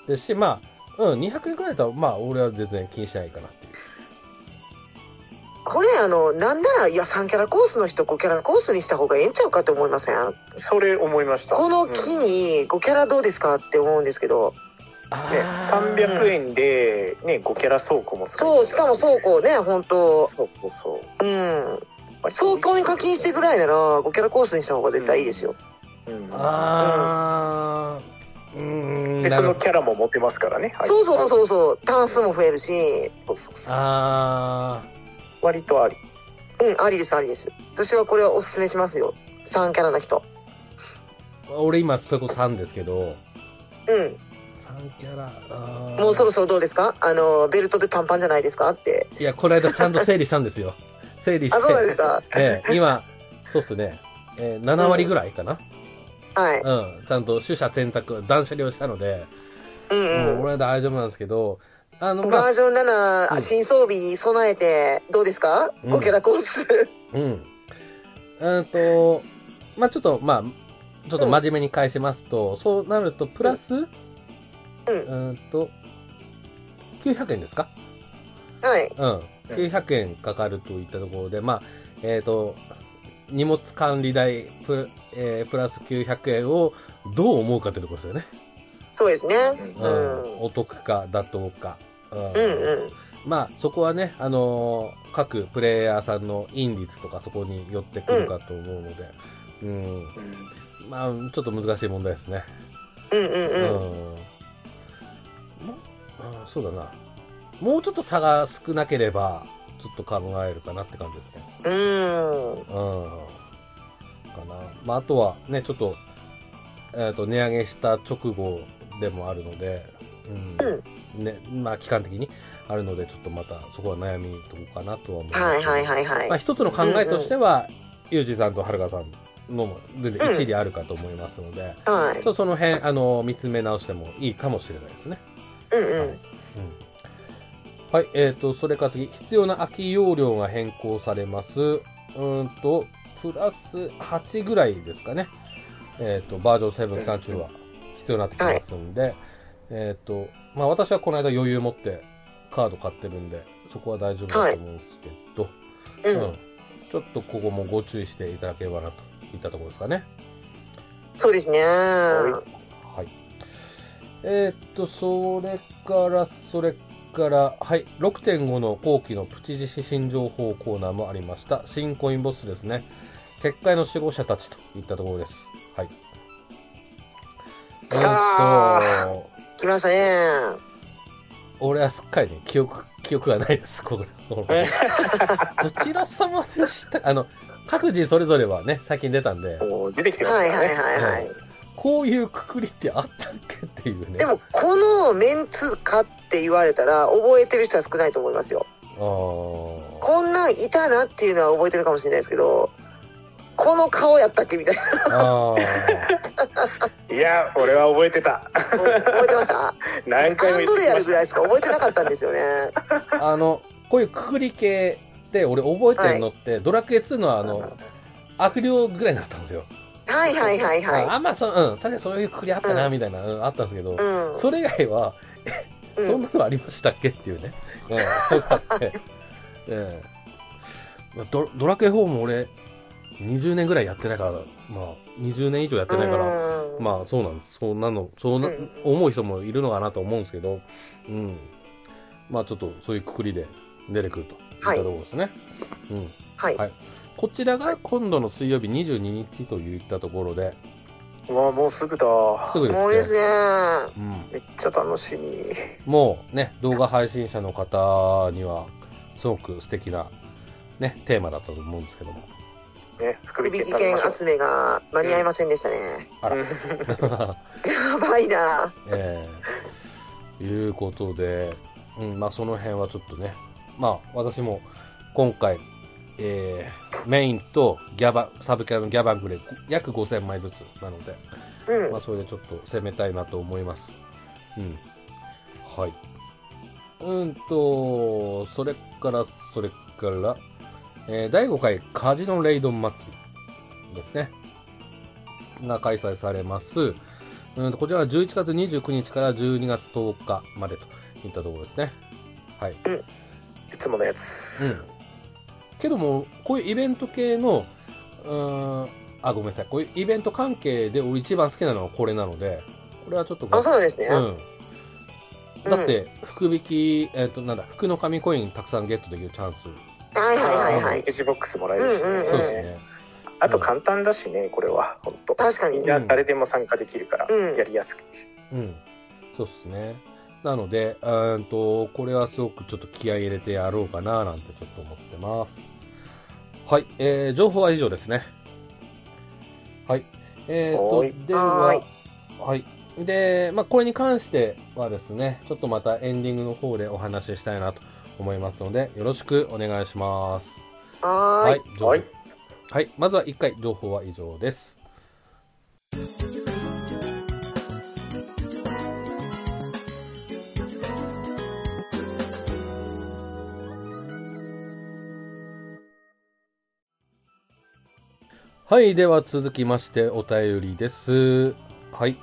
Speaker 1: でし、まあ、うん、200円くらいだったら、まあ、俺は全然気にしないかなっていう。
Speaker 2: これあのなんならいや3キャラコースの人5キャラコースにした方がええんちゃうかと思いません
Speaker 3: それ思いました
Speaker 2: この
Speaker 3: うん
Speaker 2: 木に5キャラどうですかって思うんですけど
Speaker 3: ね、300円で、ね、5キャラ倉庫も使えちゃ
Speaker 2: そうしかも倉庫ね本当
Speaker 3: そうそうそう
Speaker 2: うん倉庫に課金してぐらいなら5キャラコースにした方が絶対いいですよ、
Speaker 3: うん
Speaker 1: あー。うん。
Speaker 3: で
Speaker 1: な
Speaker 3: そ
Speaker 1: るほ
Speaker 3: の
Speaker 1: ど
Speaker 3: キャラも持てますからね、はい
Speaker 2: そうそうそうそう単数も増えるし
Speaker 3: そうそうそう
Speaker 1: あ
Speaker 3: 割とあり
Speaker 2: うんありですありです私はこれはおすすめしますよ3キャラの人
Speaker 1: ー。俺今、それこそ3ですけど、
Speaker 2: う
Speaker 1: 3キャラ、あ
Speaker 2: ん
Speaker 1: ー
Speaker 2: もうそろそろどうですかあのベルトでパンパンじゃないですかって
Speaker 1: いや、この間ちゃんと整理したんですよ。整理して。
Speaker 2: あそうなんですか
Speaker 1: ええ今、そうっすね。えー7割ぐらいかな、
Speaker 2: はい
Speaker 1: うん、ちゃんと取捨選択、断捨離をしたので、
Speaker 2: うん
Speaker 1: う
Speaker 2: うん
Speaker 1: ん、俺は大丈夫なんですけど、あの、ま
Speaker 2: バ
Speaker 1: あ
Speaker 2: ー、ジョン7、
Speaker 1: うん
Speaker 2: 新装備に備えて、どうですか、
Speaker 1: うん
Speaker 2: 5キャラコース。
Speaker 1: うん。うんと、まあちょっと、まあちょっと真面目に返しますと、そうなると、プラス、うんと、900円ですか
Speaker 2: はい。
Speaker 1: うん。
Speaker 3: うん
Speaker 1: 900円かかるといったところで、まあ、えっ、と、荷物管理代プ,、えープラス900円をどう思うかってところですよね。
Speaker 2: そうですね。
Speaker 3: うん
Speaker 1: う
Speaker 2: うん
Speaker 1: ん。お得か妥当か。うん
Speaker 2: うんうん。
Speaker 1: まあ、そこはね、あのー各プレイヤーさんの因率とかそこに寄ってくるかと思うので、うん、まあ、ちょっと難しい問題ですね。
Speaker 2: うんうん
Speaker 1: う
Speaker 2: うん。
Speaker 1: ん。もあそうだな。もうちょっと差が少なければ、ちょっと考えるかなって感じですね。
Speaker 2: うん。
Speaker 1: うん。かな。まあ、あとはね、ちょっと、えっ、と、値上げした直後でもあるので、うん。ね、まあ、期間的にあるので、ちょっとまた、そこは悩みとこかなとは思います。
Speaker 2: はいはい
Speaker 1: い。
Speaker 2: はいはい。
Speaker 1: まあ、一つの考えとしては、ユージさんとはるかさんのも、全然一理あるかと思いますので、
Speaker 2: は
Speaker 1: ちょっ
Speaker 2: い。
Speaker 1: とその辺、あの、見つめ直してもいいかもしれないですね。
Speaker 2: うん
Speaker 1: は
Speaker 2: う
Speaker 1: い
Speaker 2: ん。
Speaker 1: はい、えー、と、それから次、必要な空き容量が変更されます。うーんと、プラス8ぐらいですかね。えー、と、バージョン7期間中は必要になってきますんで、えー、と、まあ私はこの間余裕持ってカード買ってるんで、そこは大丈夫だと思うんですけど、う
Speaker 2: う
Speaker 1: ん
Speaker 2: ん。
Speaker 1: ちょっとここもご注意していただければなといったところですかね。
Speaker 2: そうですね。
Speaker 1: はい。えーっと、それから、それから、はい、6.5の後期のプチ自指針情報コーナーもありました。新コインボスですね。結界の守護者たちといったところです。はい。え
Speaker 2: さあ
Speaker 1: ーっと、
Speaker 2: 来ましたね。
Speaker 1: 俺はすっかりね、記憶、記憶がないです、これ。 どちら様でしたあの、各自それぞれはね、最近出たんで、
Speaker 3: もう出てきてますか
Speaker 2: はい
Speaker 3: ら
Speaker 2: は
Speaker 3: ね、
Speaker 2: いはいはい。
Speaker 1: こういうくくりってあったっけっていうね。
Speaker 2: でも、このメンツかって言われたら、覚えてる人は少ないと思いますよ。
Speaker 1: あー、
Speaker 2: こんなんいたなっていうのは覚えてるかもしれないですけど、この顔やったっけみたいな。
Speaker 1: あー。
Speaker 3: いや俺は覚えてた
Speaker 2: 覚えてました
Speaker 3: 何回も
Speaker 2: アン
Speaker 3: 言
Speaker 2: ド
Speaker 3: って
Speaker 2: レ
Speaker 3: き
Speaker 2: ア
Speaker 3: ま
Speaker 2: ル
Speaker 3: し
Speaker 2: ぐら
Speaker 3: た
Speaker 2: いしか覚えてなかったんですよね。
Speaker 1: あの、こういうくくり系って俺覚えてるのって、ドラクエ2のあの、悪霊ぐらいだったんですよ。
Speaker 2: はいはいはい
Speaker 1: あ
Speaker 2: は
Speaker 1: あんまその、うん、確かにそういうくくりあったな、
Speaker 2: うん
Speaker 1: みたいな、うんあったんですけど、
Speaker 2: い。うん。
Speaker 1: それ以外は、
Speaker 2: うん
Speaker 1: そんなのありましたっけっていうね。 うん、そうだって。ええドドラクエ4も俺、20年ぐらいやってないから、まあ、20年以上やってないから、
Speaker 2: うん
Speaker 1: まあそうなんです。そんなの、そうな
Speaker 2: うん
Speaker 1: 思う人もいるのかなと思うんですけど、うん。まあちょっとそういうくくりで出てくるといった
Speaker 2: はい
Speaker 1: ところですね。うん。
Speaker 2: はい。
Speaker 1: はいこちらが今度の水曜日22日といったところで、
Speaker 3: うわもうすぐだ
Speaker 1: すぐですね。
Speaker 2: もうですね。は
Speaker 1: うん。
Speaker 3: めっちゃ楽しみ
Speaker 1: もうね、動画配信者の方には、すごく素敵な、ね、テーマだったと思うんですけども。
Speaker 3: ね福
Speaker 2: 首
Speaker 3: 引
Speaker 2: 引
Speaker 3: き
Speaker 2: き
Speaker 3: 食べ
Speaker 2: 券
Speaker 3: ましょう
Speaker 2: 集めが間に合いませんでしたね。
Speaker 1: あら。
Speaker 2: やばいな。
Speaker 1: えー、いうことで、うん、まあその辺はちょっとね、まあ私も今回、えー、メインとギャバ、サブキャラのギャバングレ約5000枚ずつなので、
Speaker 2: うん
Speaker 1: まあ。それでちょっと攻めたいなと思います。うん。はい。うんと、それから、それから、えー第5回カジノレイドン祭りですね。が開催されます。うんとこちらは11月29日から12月10日までといったところですね。はい。
Speaker 3: いつものやつ。
Speaker 1: うん。けども、こういうイベント系の、うーん、あ、ごめんなさい。こういうイベント関係で俺一番好きなのはこれなので、これはちょっと
Speaker 2: あ、そうなんですね。
Speaker 1: うん。
Speaker 2: うん
Speaker 1: だって、福引き、えっ、と、なんだ、福の紙コインたくさんゲットできるチャンス。
Speaker 2: はいはいはいは
Speaker 3: あの
Speaker 2: い
Speaker 3: パッケ。ージボックスもらえるしね。
Speaker 2: うんうん
Speaker 1: そうですね。
Speaker 3: あと簡単だしね、これは、本当。
Speaker 2: 確かに
Speaker 3: みんな誰でも参加できるから、
Speaker 2: うん
Speaker 3: やりやすく。
Speaker 1: うん。そうっすね。なので、うーんと、これはすごくちょっと気合い入れてやろうかな、なんてちょっと思ってます。はい、えー、情報は以上ですね。はい。えーと
Speaker 3: はー、い
Speaker 1: では、
Speaker 2: は
Speaker 1: は
Speaker 2: ー
Speaker 1: い。で、まあ、これに関してはですね、ちょっとまたエンディングの方でお話ししたいなと思いますので、よろしくお願いします。
Speaker 2: はーい。
Speaker 1: 情報
Speaker 3: はい。
Speaker 1: はい、まずは1回、情報は以上です。はい、では続きましてお便りです。はい。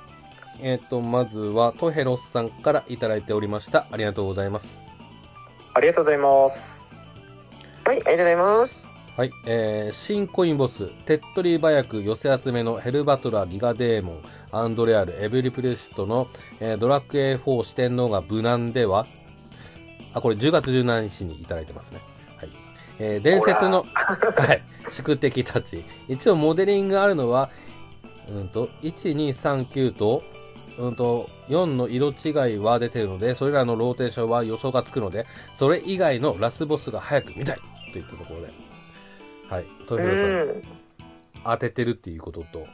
Speaker 1: えっ、と、まずはトヘロスさんからいただいておりました。ありがとうございます。
Speaker 3: ありがとうございます。
Speaker 2: はい、ありがとうございます。
Speaker 1: はい、えー、新コインボス、手っ取り早く寄せ集めのヘルバトラ、ギガデーモン、アンドレアル、エブリプレシストの、えードラクエ4四天王が無難では、あ、これ10月17日にいただいてますね。はい。えー伝説の、 はい、宿敵たち。一応モデリングあるのは、うんと、1、2、3、9と、うんと、4の色違いは出てるので、それらのローテーションは予想がつくので、それ以外のラスボスが早く見たいといったところで、はい、
Speaker 2: う
Speaker 1: 豊平さん、
Speaker 2: ん。
Speaker 1: 当ててるっていうことと、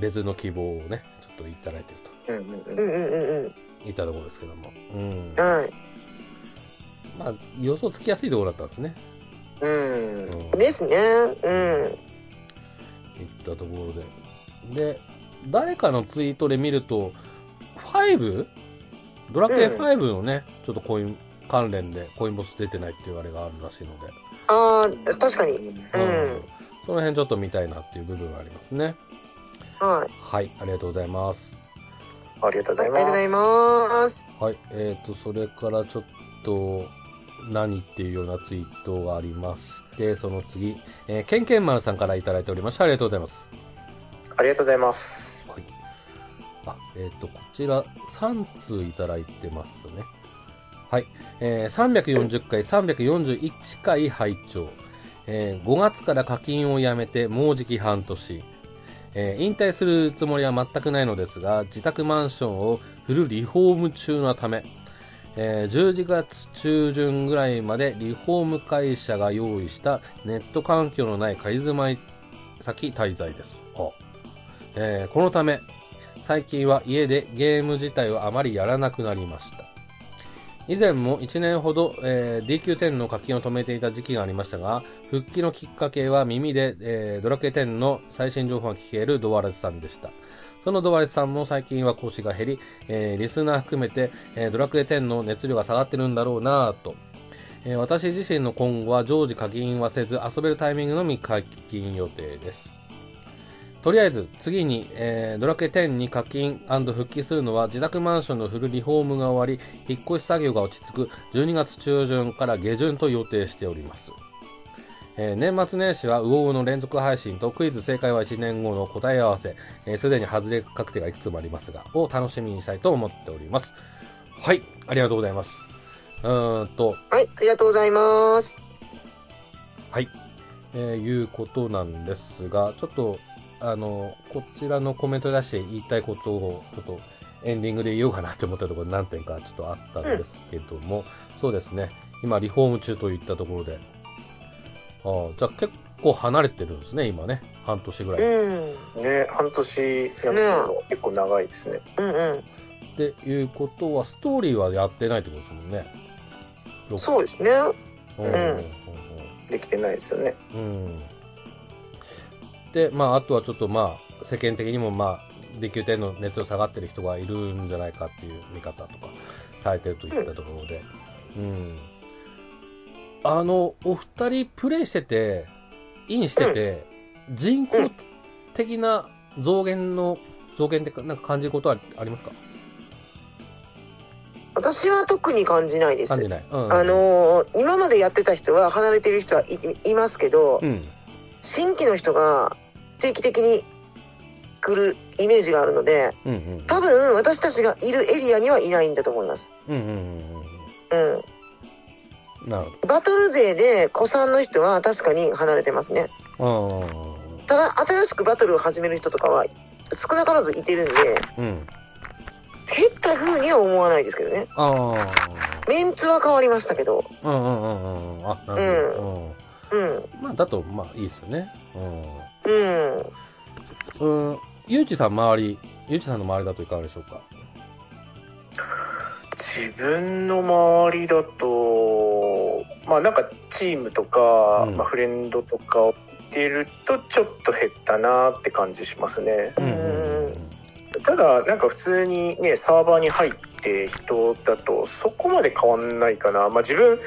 Speaker 1: 別の希望をね、ちょっといただいてる
Speaker 3: うんうん
Speaker 2: う
Speaker 3: うんん。
Speaker 2: うんうん
Speaker 1: といったところですけども、うん
Speaker 2: うん。。は
Speaker 1: まあ、予想つきやすいところだったんですね。
Speaker 3: うん
Speaker 1: うん
Speaker 2: い。ですね。うん。
Speaker 1: いったところで。で、誰かのツイートで見ると、5? ドラクエ
Speaker 3: うん
Speaker 1: 5のね、ちょっとコイン関連でコインボス出てないっていうあれがあるらしいので、
Speaker 2: ああ、確かに。。うん
Speaker 1: その辺ちょっと見たいなっていう部分はありますね。
Speaker 2: はい。
Speaker 1: はい、ありがとうございます。
Speaker 3: ありがとう
Speaker 2: あ
Speaker 3: ござ
Speaker 2: り
Speaker 3: い
Speaker 2: がとうござい
Speaker 3: ます。
Speaker 2: ます。
Speaker 1: はい、えーと、それからちょっと、何っていうようなツイートがありまして、その次、えー、ケンケンマンさんからいただいておりました。ありがとうございます。
Speaker 3: ありがとうございます。
Speaker 1: はい。あ、えっ、と、こちら、3通いただいてますね。はい。えー340回、341回拝聴。えー5月から課金をやめて、もうじき半年。えー引退するつもりは全くないのですが、自宅マンションをフルリフォーム中のため、えー12月中旬ぐらいまでリフォーム会社が用意したネット環境のない仮住まい先滞在です。あえーこのため、最近は家でゲーム自体をあまりやらなくなりました。以前も1年ほど、えー DQ10 の課金を止めていた時期がありましたが、復帰のきっかけは耳で、えードラクエ10の最新情報が聞けるドワレスさんでした。そのドワレスさんも最近は講師が減り、えーリスナー含めて、えードラクエ10の熱量が下がってるんだろうなぁと、えー私自身の今後は常時課金はせず遊べるタイミングのみ課金予定です。とりあえず、次に、えードラクエ10に課金復帰するのは、自宅マンションのフルリフォームが終わり、引っ越し作業が落ち着く12月中旬から下旬と予定しております。えー年末年始は、ウオウの連続配信とクイズ正解は1年後の答え合わせ、す、えー、で、に外れ確定がいくつもありますが、を楽しみにしたいと思っております。はい、ありがとうございます。うーんと、
Speaker 2: はい、ありがとうございます。
Speaker 1: はい、えーいうことなんですが、ちょっと、あの、こちらのコメント出して言いたいことを、ちょっとエンディングで言おうかなって思ったところ何点かちょっとあったんですけども、そうですね、今リフォーム中といったところで、あーじゃあ結構離れてるんですね、今ね、半年ぐら
Speaker 2: う
Speaker 1: い。
Speaker 2: ん。
Speaker 3: ね、半年やってるの結構長いですね。
Speaker 2: うん
Speaker 1: っていうことは、ストーリーはやってないってことですもんね。
Speaker 2: うん。そうですね。
Speaker 1: うん
Speaker 3: うん
Speaker 1: うんうん
Speaker 3: できてないですよね。
Speaker 1: うん。で、まあ、あとはちょっとまあ、世間的にもまあ、d q 1の熱を下がってる人がいるんじゃないかっていう見方とか、されてるといったところで。うん。あの、お二人プレイしてて、インしてて、人工的な増減の、増減でなんか感じることはありますか
Speaker 2: 私は特に感じないです。
Speaker 1: 感じない。うん、
Speaker 2: あ、のー今までやってた人は離れてる人はいいますけど、
Speaker 1: うん。
Speaker 2: 新規の人が定期的に来るイメージがあるので
Speaker 1: うんうん。
Speaker 2: 多分私たちがいるエリアにはいないんだと思います。
Speaker 1: うんうんうん
Speaker 2: うん、
Speaker 1: うん。なる
Speaker 2: バトル勢で子さんの人は確かに離れてますね
Speaker 1: ほ
Speaker 2: ただ新しくバトルを始める人とかは少なからずいてるんで
Speaker 1: ど。うん。うん。
Speaker 2: 減った風には思わないですけどね
Speaker 1: あ
Speaker 2: メンツは変わりましたけど
Speaker 1: あ。うんうんうんうん。あ、なるほど。
Speaker 2: うん
Speaker 1: うん。まあ、だと、まあ、いいですよね。
Speaker 2: うん
Speaker 1: うん。うん。ゆうちさん周り、ゆうちさんの周りだといかがでしょうか
Speaker 3: 自分の周りだとまあなんかチームとか、
Speaker 1: うん
Speaker 3: まあ、フレンドとかを見てるとちょっと減ったなって感じしますね
Speaker 2: うんうん
Speaker 3: ただなんか普通にねサーバーに入って人だとそこまで変わんないかなまあ自分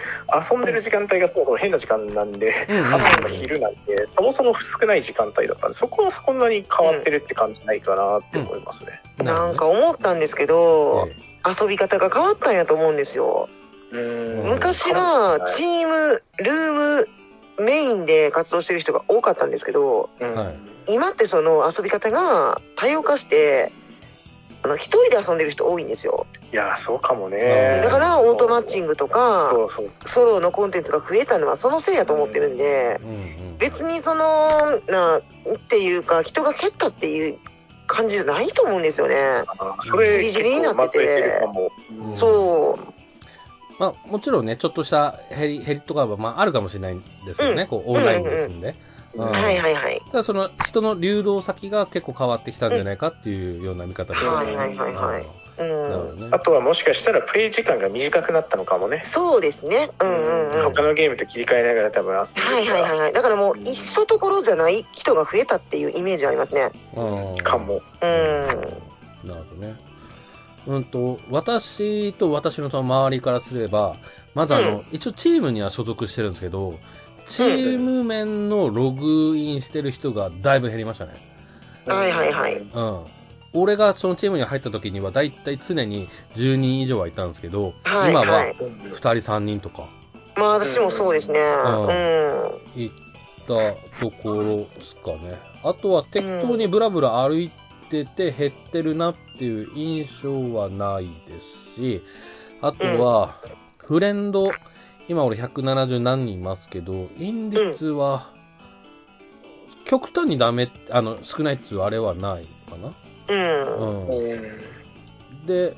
Speaker 3: 遊んでる時間帯がそもそも変な時間なんで
Speaker 1: うんうん
Speaker 3: 朝の昼なんでそもそも少ない時間帯だったんでそこはそんなに変わってるって感じないかなって思いますね、
Speaker 2: なんか思ったんですけど、
Speaker 1: え
Speaker 2: 遊び方が変わったんやと思うんですよ
Speaker 1: うん
Speaker 2: 昔はチームルームメインで活動してる人が多かったんですけど
Speaker 3: うん
Speaker 1: はい
Speaker 2: 今ってその遊び方が多様化してあの一人で遊んでる人多いんですよ
Speaker 3: いやーそうかも
Speaker 1: う
Speaker 3: ね
Speaker 1: ん
Speaker 2: だからオートマッチングとか
Speaker 3: そうそう
Speaker 2: ソロのコンテンツが増えたのはそのせいやと思ってるんで
Speaker 1: うんうん。
Speaker 2: 別にそのなっていうか人が減ったっていう感じじゃないと思うんですよね
Speaker 3: あーそれ
Speaker 2: ギリギ
Speaker 3: 結
Speaker 2: リにな
Speaker 3: 構ま
Speaker 2: って
Speaker 3: と
Speaker 2: て
Speaker 3: えてるかも、
Speaker 1: うん
Speaker 2: そう
Speaker 1: まあ、もちろんね、ちょっとした減り、減りとかは、まあ、あるかもしれないんですよね。
Speaker 2: うん
Speaker 1: こう、オンラインですんで。
Speaker 3: うん
Speaker 1: うん
Speaker 2: はいはいはい
Speaker 1: ただ、その、人の流動先が結構変わってきたんじゃないかっていうような見方ですね。
Speaker 2: はいはいはいはい
Speaker 1: いうなるほど
Speaker 2: ん
Speaker 1: ね。
Speaker 3: あとはもしかしたらプレイ時間が短くなったのかもね
Speaker 2: そうですねうんうんうん
Speaker 3: 他のゲームと切り替えながら多分遊んで
Speaker 2: はい
Speaker 3: る
Speaker 2: はいはいはい。だからもう、いっそところじゃない人が増えたっていうイメージありますね。
Speaker 1: うん
Speaker 3: かも。
Speaker 2: う
Speaker 1: なる
Speaker 2: ん。
Speaker 1: ほどね。うんと、私と私のその周りからすれば、まずあの、一応チームには所属してるんですけど、チーム面のログインしてる人がだいぶ減りましたね。
Speaker 2: はいはいはい
Speaker 1: うん。俺がそのチームに入った時には、だいたい常に10人以上はいたんですけど、
Speaker 2: はい
Speaker 1: 今
Speaker 2: は。
Speaker 1: はい
Speaker 3: うん
Speaker 1: 2人3人とか
Speaker 2: まあ私もそうですね。
Speaker 1: ん
Speaker 2: うん。
Speaker 1: 行ったところですかね。あとは適当にブラブラ歩いてて減ってるなっていう印象はないですし、あとは、フレンド、今俺170何人いますけど、因率は、極端にダメ、あの、少ないっていうあれはないかな。
Speaker 2: うん。
Speaker 1: うん
Speaker 3: うん
Speaker 1: で、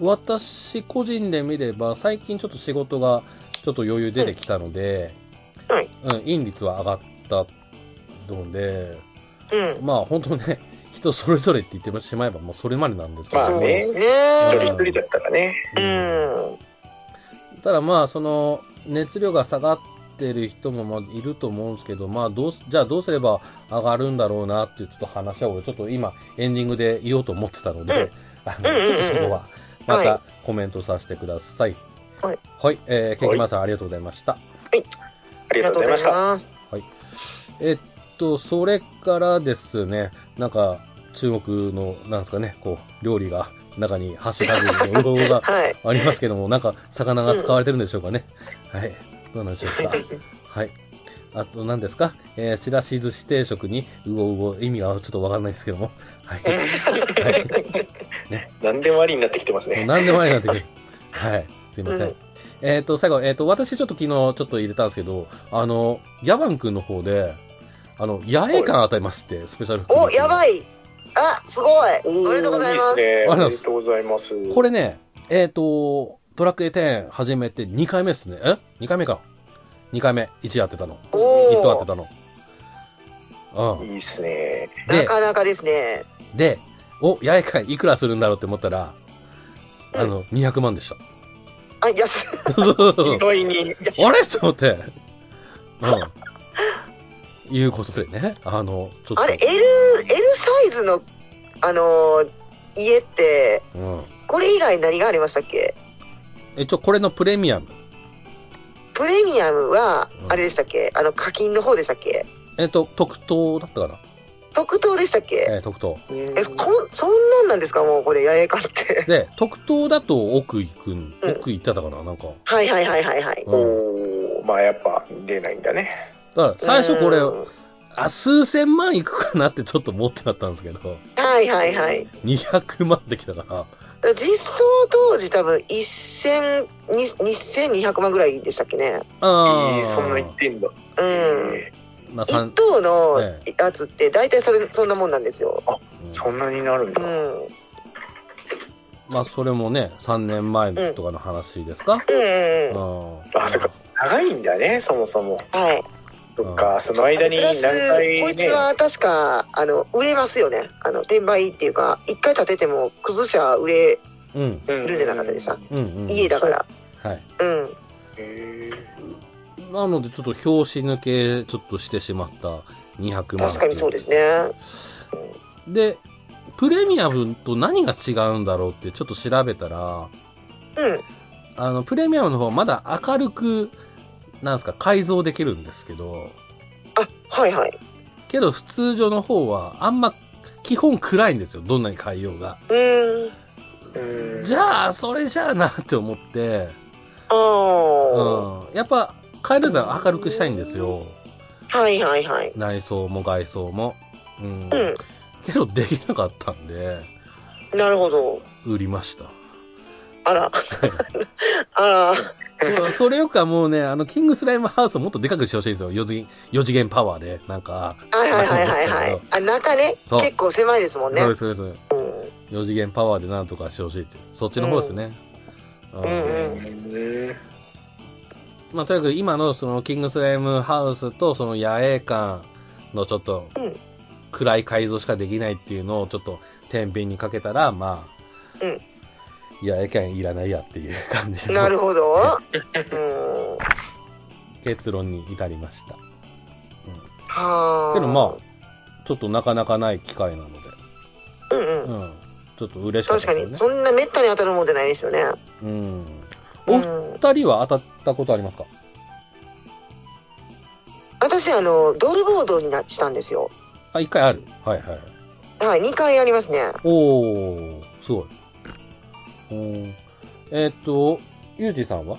Speaker 1: 私個人で見れば、最近ちょっと仕事がちょっと余裕出てきたので、
Speaker 2: はい
Speaker 1: うん、因率は上がったので、
Speaker 2: うん。
Speaker 1: まあ本当ね、人それぞれって言ってしまえば、もうそれまでなんですけど、
Speaker 3: まあ
Speaker 2: そう
Speaker 3: ね
Speaker 2: です
Speaker 3: 一
Speaker 1: う
Speaker 3: 人
Speaker 1: ん
Speaker 2: ね。
Speaker 3: 一人だったらね
Speaker 2: う
Speaker 1: うん
Speaker 2: ん。
Speaker 1: ただまあ、その、熱量が下がってる人もまあいると思うんですけど、まあどうす、じゃあどうすれば上がるんだろうなっていうちょっと話は、俺ちょっと今、エンディングで言おうと思ってたので、あの、
Speaker 2: うんうん
Speaker 1: ち
Speaker 2: うん
Speaker 1: ょっとそこは、ま
Speaker 2: は
Speaker 1: たコメントさせてください。
Speaker 2: はい。
Speaker 1: はい、えー、ケーキマンさんありがとうございました。
Speaker 3: あ
Speaker 2: あ
Speaker 3: りがとうございました
Speaker 2: ます。
Speaker 1: えっと、それからですね、なんか、中国の、なんですかね、こう、料理が、中にハッシュタグで、うどんが
Speaker 2: はい。
Speaker 1: ありますけども、なんか、魚が使われてるんでしょうかね。はい。どうなんでしょうか。はい。あと、何ですかえー、ちらし寿司定食に、うごうご、意味がちょっとわかんないですけども。 はい。
Speaker 3: 何でもありになってきてます
Speaker 1: もう
Speaker 3: ね
Speaker 1: 何でもありなんてくる。はい。すいません。
Speaker 2: うん
Speaker 1: えっ、と、最後、えっ、と、私ちょっと昨日ちょっと入れたんですけど、あの、ヤバン君の方で、あの、野営感与えまして、スペシャル服
Speaker 2: お、やば
Speaker 1: い
Speaker 2: い。あ、すごい。おめでとうございま
Speaker 3: おー
Speaker 2: す。
Speaker 3: いですね
Speaker 1: ありがとうございます
Speaker 3: おめでとうございます
Speaker 1: これね、えっ、と、ドラクエ10始めて2回目ですね。え ?2 回目か。2回目、1やってたの。
Speaker 2: お
Speaker 1: 1当
Speaker 2: ー
Speaker 1: てたの。う
Speaker 3: い
Speaker 1: ん。
Speaker 3: いですね
Speaker 2: な
Speaker 1: で、
Speaker 2: かなかですね。
Speaker 1: で、お、八重会いくらするんだろうって思ったら、あの、200万で した。
Speaker 2: あ、安い。
Speaker 3: 意外に
Speaker 1: あれと思って。うん。いうことでね、あの、ちょっと。
Speaker 2: あれ、L、L サイズの、あのー、家って、
Speaker 1: うん。
Speaker 2: これ以外何がありましたっけ
Speaker 1: 一応これのプレミアム。
Speaker 2: プレミアムは
Speaker 1: う、ん
Speaker 2: あれでしたっけ、あの課金の方でしたっけ
Speaker 1: えっと、特等だったかな。
Speaker 2: 特等でしたっけ
Speaker 1: えー特等。
Speaker 2: えこんそんなんなんですかもうこれ八重館って
Speaker 1: で、特等だと奥行くん、
Speaker 2: うん
Speaker 1: 奥行っただから、なんか。
Speaker 2: はいはいはいはいはい
Speaker 1: うん
Speaker 3: おおまあやっぱ出ないんだね
Speaker 1: だから、最初これ、
Speaker 2: うん
Speaker 1: あ、数千万いくかなってちょっと思ってなったんですけど、
Speaker 2: はいはいはい
Speaker 1: 200万できたから、
Speaker 2: 実装当時多分1000に2200万ぐらいでしたっけね
Speaker 1: あ
Speaker 3: いい
Speaker 1: ー
Speaker 3: そんな言ってんだ
Speaker 2: うん
Speaker 1: まあ、さ
Speaker 2: 一
Speaker 1: ん
Speaker 2: 等の
Speaker 1: え
Speaker 2: やつって大体それそんなもんなんですよ
Speaker 1: うん
Speaker 3: そんなになるん
Speaker 2: う
Speaker 3: だ、
Speaker 2: んうん
Speaker 1: まあ、それもね、3年前とかの話ですか、
Speaker 2: うんうん
Speaker 1: あ
Speaker 3: あそっか長いんだねそもそも
Speaker 2: はい
Speaker 3: そっかその間に
Speaker 2: プラ
Speaker 3: 何
Speaker 2: ス
Speaker 3: 回
Speaker 2: こいつ
Speaker 3: ね
Speaker 2: は確かあの売れますよねあの転売っていうか一回建てても崩しゃ売れ
Speaker 1: うん、
Speaker 3: う
Speaker 2: るんじゃなかったでした
Speaker 1: うん、うん。
Speaker 2: 家だから
Speaker 1: はい。
Speaker 2: うん
Speaker 3: へ
Speaker 1: なので、ちょっと表紙抜け、ちょっとしてしまった200万。
Speaker 2: 確かにそうですね
Speaker 1: で、プレミアムと何が違うんだろうってちょっと調べたら、
Speaker 2: うん
Speaker 1: あの、プレミアムの方はまだ明るく、なんですか、改造できるんですけど、
Speaker 2: あはいはい
Speaker 1: けど普通常の方はあんま基本暗いんですよ、どんなに変えようが。
Speaker 2: うん
Speaker 3: えうん
Speaker 1: じゃあ、それじゃあなって思って、
Speaker 2: ああ
Speaker 1: うん、やっぱ変えるなら明るくしたいんですよ。
Speaker 2: はいはいはい
Speaker 1: 内装も外装も。うん。
Speaker 2: うん
Speaker 1: けどできなかったんで、
Speaker 2: なるほど
Speaker 1: 売りました。
Speaker 2: あらあら
Speaker 1: そうそれよりかもうね、あの、キングスライムハウスをもっとでかくしてほしいんですよ。4次元、四次元パワーで。なんか。
Speaker 2: はいはいはいはいはいあ中ね
Speaker 1: そう
Speaker 2: 結構狭いですもんね
Speaker 1: そうです、そうです。
Speaker 2: うん
Speaker 1: 4次元パワーでなんとかしてほしいっていう。そっちの方ですね。うん
Speaker 2: うんうん
Speaker 3: うん
Speaker 1: まあ、とにかく今のその、キングスライムハウスとその野営館のちょっと
Speaker 2: うん、
Speaker 1: 暗い改造しかできないっていうのをちょっと、天秤にかけたら、まあ、
Speaker 2: うん
Speaker 1: 野営館いらないやっていう感じの
Speaker 2: なるほどうん
Speaker 1: 結論に至りました。うん。
Speaker 2: はあ
Speaker 1: けどまあ、ちょっとなかなかない機会なので、
Speaker 2: あうんうん
Speaker 1: うん。ちょっと嬉しかっ
Speaker 2: 確
Speaker 1: た
Speaker 2: か
Speaker 1: です
Speaker 2: に、
Speaker 1: ね。
Speaker 2: そんなめったに当たるもんじゃないですよね。
Speaker 1: うん。
Speaker 2: う
Speaker 1: お
Speaker 2: ん、
Speaker 1: 二人は当たったことありますか
Speaker 2: 私、あの、ドルボードになしたんですよ。
Speaker 1: あ、一回ある。はいはい。
Speaker 2: はい、2回やりますね。
Speaker 1: おー、すごい。おーえーっと、ゆうじさんは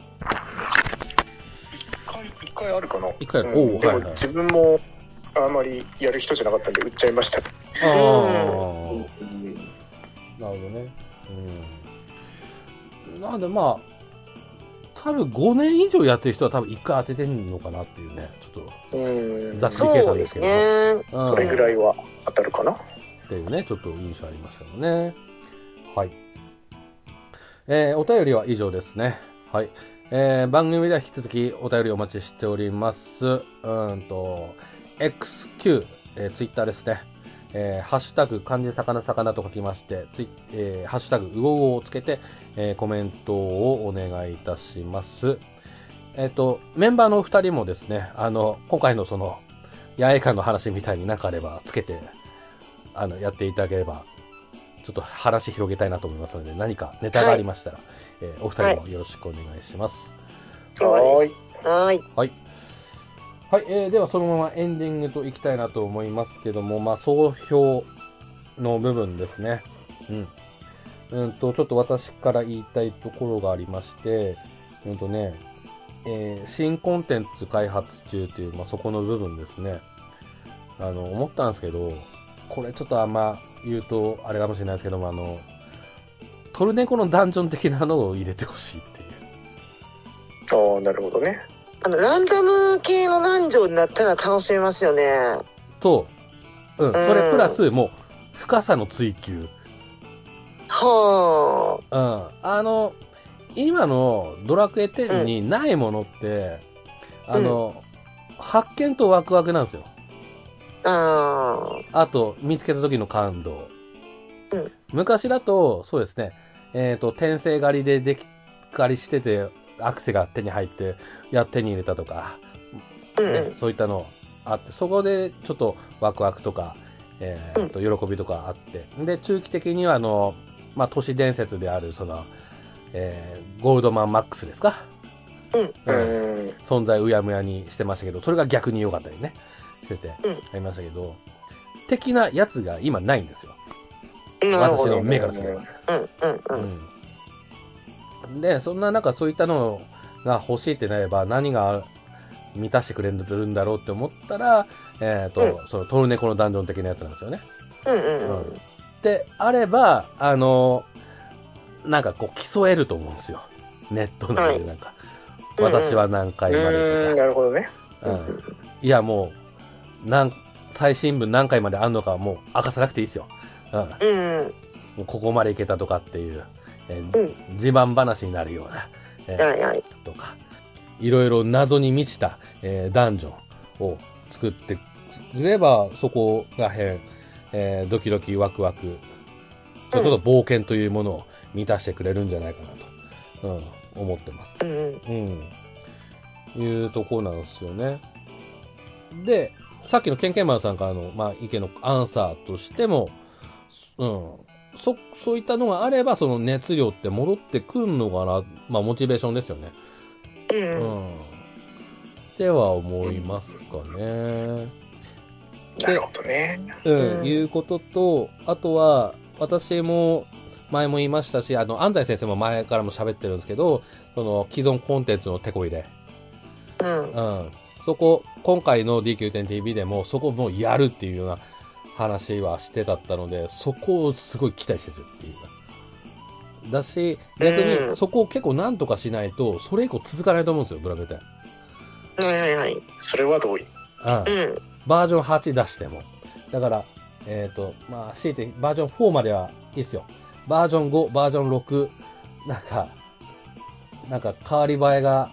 Speaker 3: 一回一回あるかな
Speaker 1: 一回ある
Speaker 3: うん
Speaker 1: おう
Speaker 3: で
Speaker 1: はい
Speaker 3: も
Speaker 1: はい
Speaker 3: 自分もあまりやる人じゃなかったんで売っちゃいました
Speaker 1: あー、
Speaker 2: う
Speaker 1: なるほどね。うん。なんでまあ、多分5年以上やってる人は多分一回当ててんのかなっていうね、ちょっと、
Speaker 3: うん
Speaker 1: ざっくり計
Speaker 2: そ
Speaker 1: 算
Speaker 2: う
Speaker 1: で
Speaker 2: ですす
Speaker 1: けど
Speaker 2: ね。
Speaker 1: うん
Speaker 3: それぐらいは当たるかな
Speaker 1: っていうね、ちょっと印象ありますけどね。はい。えー、お便りは以上ですね。はい。えー、番組では引き続きお便りお待ちしております。うーんと、XQ、えー、Twitter ですね。えー、ハッシュタグ、漢字、魚、魚と書きまして、ツイえー、ハッシュタグ、うごうごをつけて、えー、コメントをお願いいたします。えっ、と、メンバーのお二人もですね、あの、今回のその、八重館の話みたいになかあれば、つけてあの、やっていただければ、ちょっと話広げたいなと思いますので、何かネタがありましたら、えーお二人もよろしくお願いします。
Speaker 2: は。
Speaker 3: はいい
Speaker 2: はい。
Speaker 1: はい。はい、えーではそのままエンディングといきたいなと思いますけども、まあ、総評の部分ですね。うん。うんと、ちょっと私から言いたいところがありまして、うんとね、えー新コンテンツ開発中という、まあ、そこの部分ですね。あの、思ったんですけど、これちょっとあんま言うと、あれかもしれないですけども、あの、トルネコのダンジョン的なのを入れてほしいっていう。
Speaker 3: ああなるほどね
Speaker 2: あの、ランダム系の男女になったら楽しめますよね。
Speaker 1: と、うん、それプラス、もう、深さの追求。
Speaker 2: は
Speaker 1: うん。あの、今のドラクエ10にないものって、
Speaker 2: ん
Speaker 1: あの、発見とワクワクなんですよ。
Speaker 2: あ。ああ。
Speaker 1: あと、見つけた時の感動。
Speaker 2: うん
Speaker 1: 昔だと、そうですね、えっ、と、転生狩りででき、狩りしてて、アクセが手に入って、いや、手に入れたとか、
Speaker 2: うんう
Speaker 1: ね
Speaker 2: ん。
Speaker 1: そういったのあって、そこでちょっとワクワクとか、えーっと喜びとかあって、で中期的にはあの、まあ、都市伝説であるその、えーゴールドマン・マックスですか、
Speaker 2: うん
Speaker 3: うん
Speaker 1: 存在うやむやにしてましたけど、それが逆に良かったりね、してて、
Speaker 2: うん
Speaker 1: ありましたけど、的なやつが今ないんですよ。
Speaker 2: なるほ
Speaker 1: 私
Speaker 2: ど。
Speaker 1: の
Speaker 2: うん
Speaker 1: 目からすれば。
Speaker 2: うんうん。
Speaker 1: うん、で、そんな中、そういったのが欲しいってなれば、何が満たしてくれるんだろうって思ったら、えっ、と、
Speaker 2: う
Speaker 1: そのトルネコのダンジョン的なやつなんですよね。
Speaker 2: うんうんうん。
Speaker 1: で、あれば、あの、なんかこう、競えると思うんですよ。ネット内でなんか。
Speaker 2: はい
Speaker 1: 私は何回ま
Speaker 3: うーん
Speaker 1: で
Speaker 3: なるほどね。
Speaker 1: とか。うんいや、もう、なん最新聞何回まであんのかはもう明かさなくていいですよ。うん。
Speaker 2: うんうん。
Speaker 1: もうここまでいけたとかっていう、えー
Speaker 2: うん
Speaker 1: 自慢話になるような、えー
Speaker 2: はいはい。
Speaker 1: とか、いろいろ謎に満ちた、えーダンジョンを作ってくれば、そこら辺、えードキドキワクワク、それこそ冒険というものを満たしてくれるんじゃないかなと、うん、思ってます。
Speaker 2: うんうん。
Speaker 1: うん。いうとこなんですよね。で、さっきのケンケンマンさんからの、まあ、意見のアンサーとしても、うん。そ、そういったのがあれば、その熱量って戻ってくるのかな。まあ、モチベーションですよね。
Speaker 2: うんうん。
Speaker 1: うん。っては思いますかね。で
Speaker 3: なるほどね。
Speaker 1: うん、
Speaker 2: うん
Speaker 1: いうことと、あとは、私も前も言いましたし、あの、安西先生も前からも喋ってるんですけど、その既存コンテンツの手こ入れ。
Speaker 2: うん
Speaker 1: うん。そこ、今回の D9.TV でも、そこもうやるっていうような話はしてたったので、そこをすごい期待してるっていうか。だし、逆
Speaker 2: う
Speaker 1: に
Speaker 2: ん
Speaker 1: そこを結構なんとかしないと、それ以降続かないと思うんですよ、ブラベテン。
Speaker 2: はいはいはい。
Speaker 3: それは同意。
Speaker 1: うん
Speaker 2: う。ん。
Speaker 1: バージョン8出しても。だから、えっ、と、まあ、強いてバージョン4まではいいですよ。バージョン5、バージョン6、なんか、なんか変わり映えが、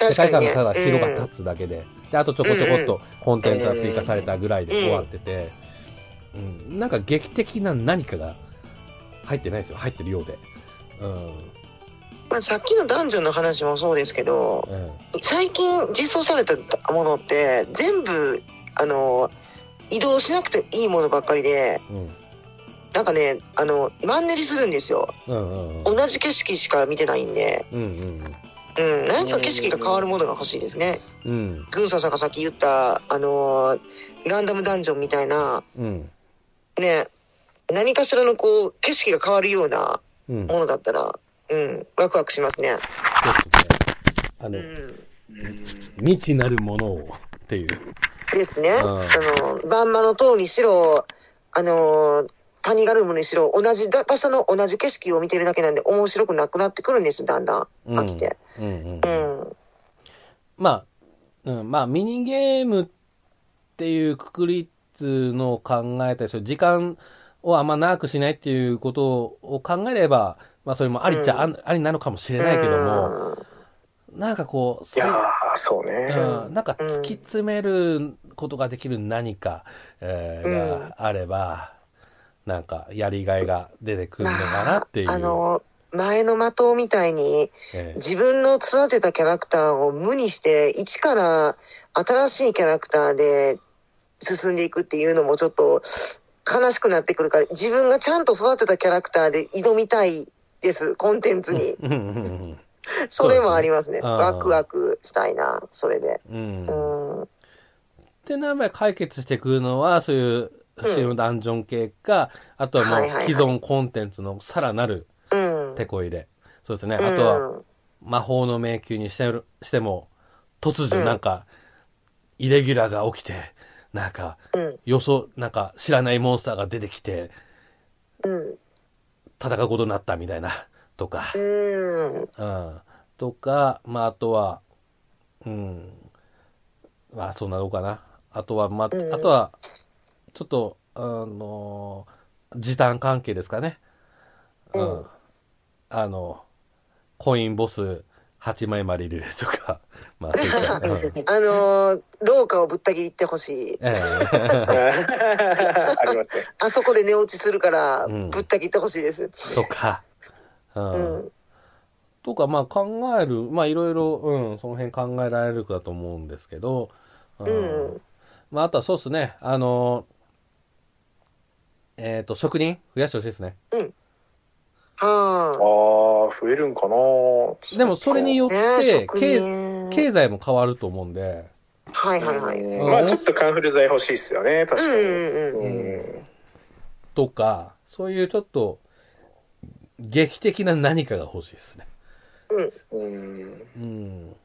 Speaker 1: 世
Speaker 2: 確か
Speaker 1: 界
Speaker 2: に
Speaker 1: 観
Speaker 2: ね
Speaker 1: がただ広が立つだけで、で、あとちょこちょこっとコンテンツが追加されたぐらいで終わってて、うん、なんか劇的な何かが入ってないですよ。入ってるようで。うん、
Speaker 2: まあ、さっきのダンジョンの話もそうですけど
Speaker 1: うん、
Speaker 2: 最近実装されたものって全部あの移動しなくていいものばっかりで
Speaker 1: うん、
Speaker 2: なんかねあのマンネリするんですよ
Speaker 1: うん、うん、
Speaker 2: 同じ景色しか見てないんで、
Speaker 1: うん、うん、
Speaker 2: うん、なんか景色が変わるものが欲しいですね
Speaker 1: うん、
Speaker 2: グーサさんがさっき言ったあのランダムダンジョンみたいな
Speaker 1: うん、
Speaker 2: ね何かしらのこう景色が変わるような
Speaker 1: うん、
Speaker 2: ものだったらうんワクワクしますね
Speaker 1: あ
Speaker 2: う
Speaker 1: の、
Speaker 2: ん
Speaker 1: 未知なるものをっていう。
Speaker 2: ですね。
Speaker 1: うん
Speaker 2: その、バンマの塔にしろ、あのー、パニガルームにしろ、同じだ場所の同じ景色を見てるだけなんで、面白くなくなってくるんです、だんだん。飽きて。
Speaker 1: うんうん
Speaker 2: う
Speaker 1: うん
Speaker 2: ん。
Speaker 1: まあ、うん、まあ、ミニゲームっていうくくりっていうのを考えたりする、時間をあんま長くしないっていうことを考えれば、まあ、それもありっちゃ、
Speaker 2: うん
Speaker 1: あんありなのかもしれないけども、なんかこう、
Speaker 3: いやー、そうね。
Speaker 1: うん、なんか突き詰めることができる何か、えー
Speaker 2: うん
Speaker 1: があれば、なんかやりがいが出てく
Speaker 2: うん。
Speaker 1: るのかなっていう。
Speaker 2: まあ、あのー、前の的みたいに、
Speaker 1: ええ
Speaker 2: 自分の育てたキャラクターを無にして、一から新しいキャラクターで進んでいくっていうのもちょっと悲しくなってくるから、自分がちゃんと育てたキャラクターで挑みたいです、コンテンツに。
Speaker 1: うんうんうん
Speaker 2: それもありますね。
Speaker 1: そうですね
Speaker 2: ワクワクしたいな、それで。
Speaker 1: うん
Speaker 2: う
Speaker 1: うん
Speaker 2: ん。うん。
Speaker 1: ってなば解決してくるのは、そういう、
Speaker 2: うん
Speaker 1: シのダンジョン系か、あとはも
Speaker 2: はいうはいはい
Speaker 1: 既存コンテンツのさらなるテこ入れ。そうですね。あとは、
Speaker 2: うん
Speaker 1: 魔法の迷宮にしてるしても、突如なんか、イレギュラーが起きて、なんか、
Speaker 2: うん。
Speaker 1: 予想、なんか知らないモンスターが出てきて、
Speaker 2: うん。
Speaker 1: 戦うことになったみたいな、とか、
Speaker 2: うん。
Speaker 1: うん。とか、まあ、あとは、うん。まあ、そんなのかな。あとは、まあ、
Speaker 2: うん
Speaker 1: あとは、ちょっと、あのー時短関係ですかね。
Speaker 2: うん
Speaker 1: あの、コインボス8枚まで入れるとか、 まあ、そういった。う ん
Speaker 2: あのー廊下をぶった切りってほしい。
Speaker 1: え
Speaker 3: うん
Speaker 1: え
Speaker 3: ありますね。
Speaker 2: あそこで寝落ちするから、
Speaker 1: うん
Speaker 2: ぶった切ってほしいです。
Speaker 1: とか、う。
Speaker 2: うんん。
Speaker 1: とか、まあ、考える、まあ、いろいろ、うん、その辺考えられるかと思うんですけど、
Speaker 2: うん。
Speaker 1: まあ、あとはそうですね、あのえっ、と、職人増やしてほしいですね。
Speaker 3: ああ、
Speaker 2: は
Speaker 3: 増えるんかな
Speaker 1: でも、それによっ
Speaker 2: あ。ねえ
Speaker 1: て、
Speaker 2: 職
Speaker 1: 経
Speaker 2: 人。
Speaker 1: 経済も変わると思うんで、
Speaker 2: ははいはいはい。うん
Speaker 1: ん
Speaker 3: まあちょっとカンフル剤欲しいっすよね、確かに。
Speaker 2: うんうん。
Speaker 3: うん
Speaker 1: とか、そういうちょっと、劇的な何かが欲しいですね。
Speaker 2: うん。
Speaker 3: うん
Speaker 1: うん。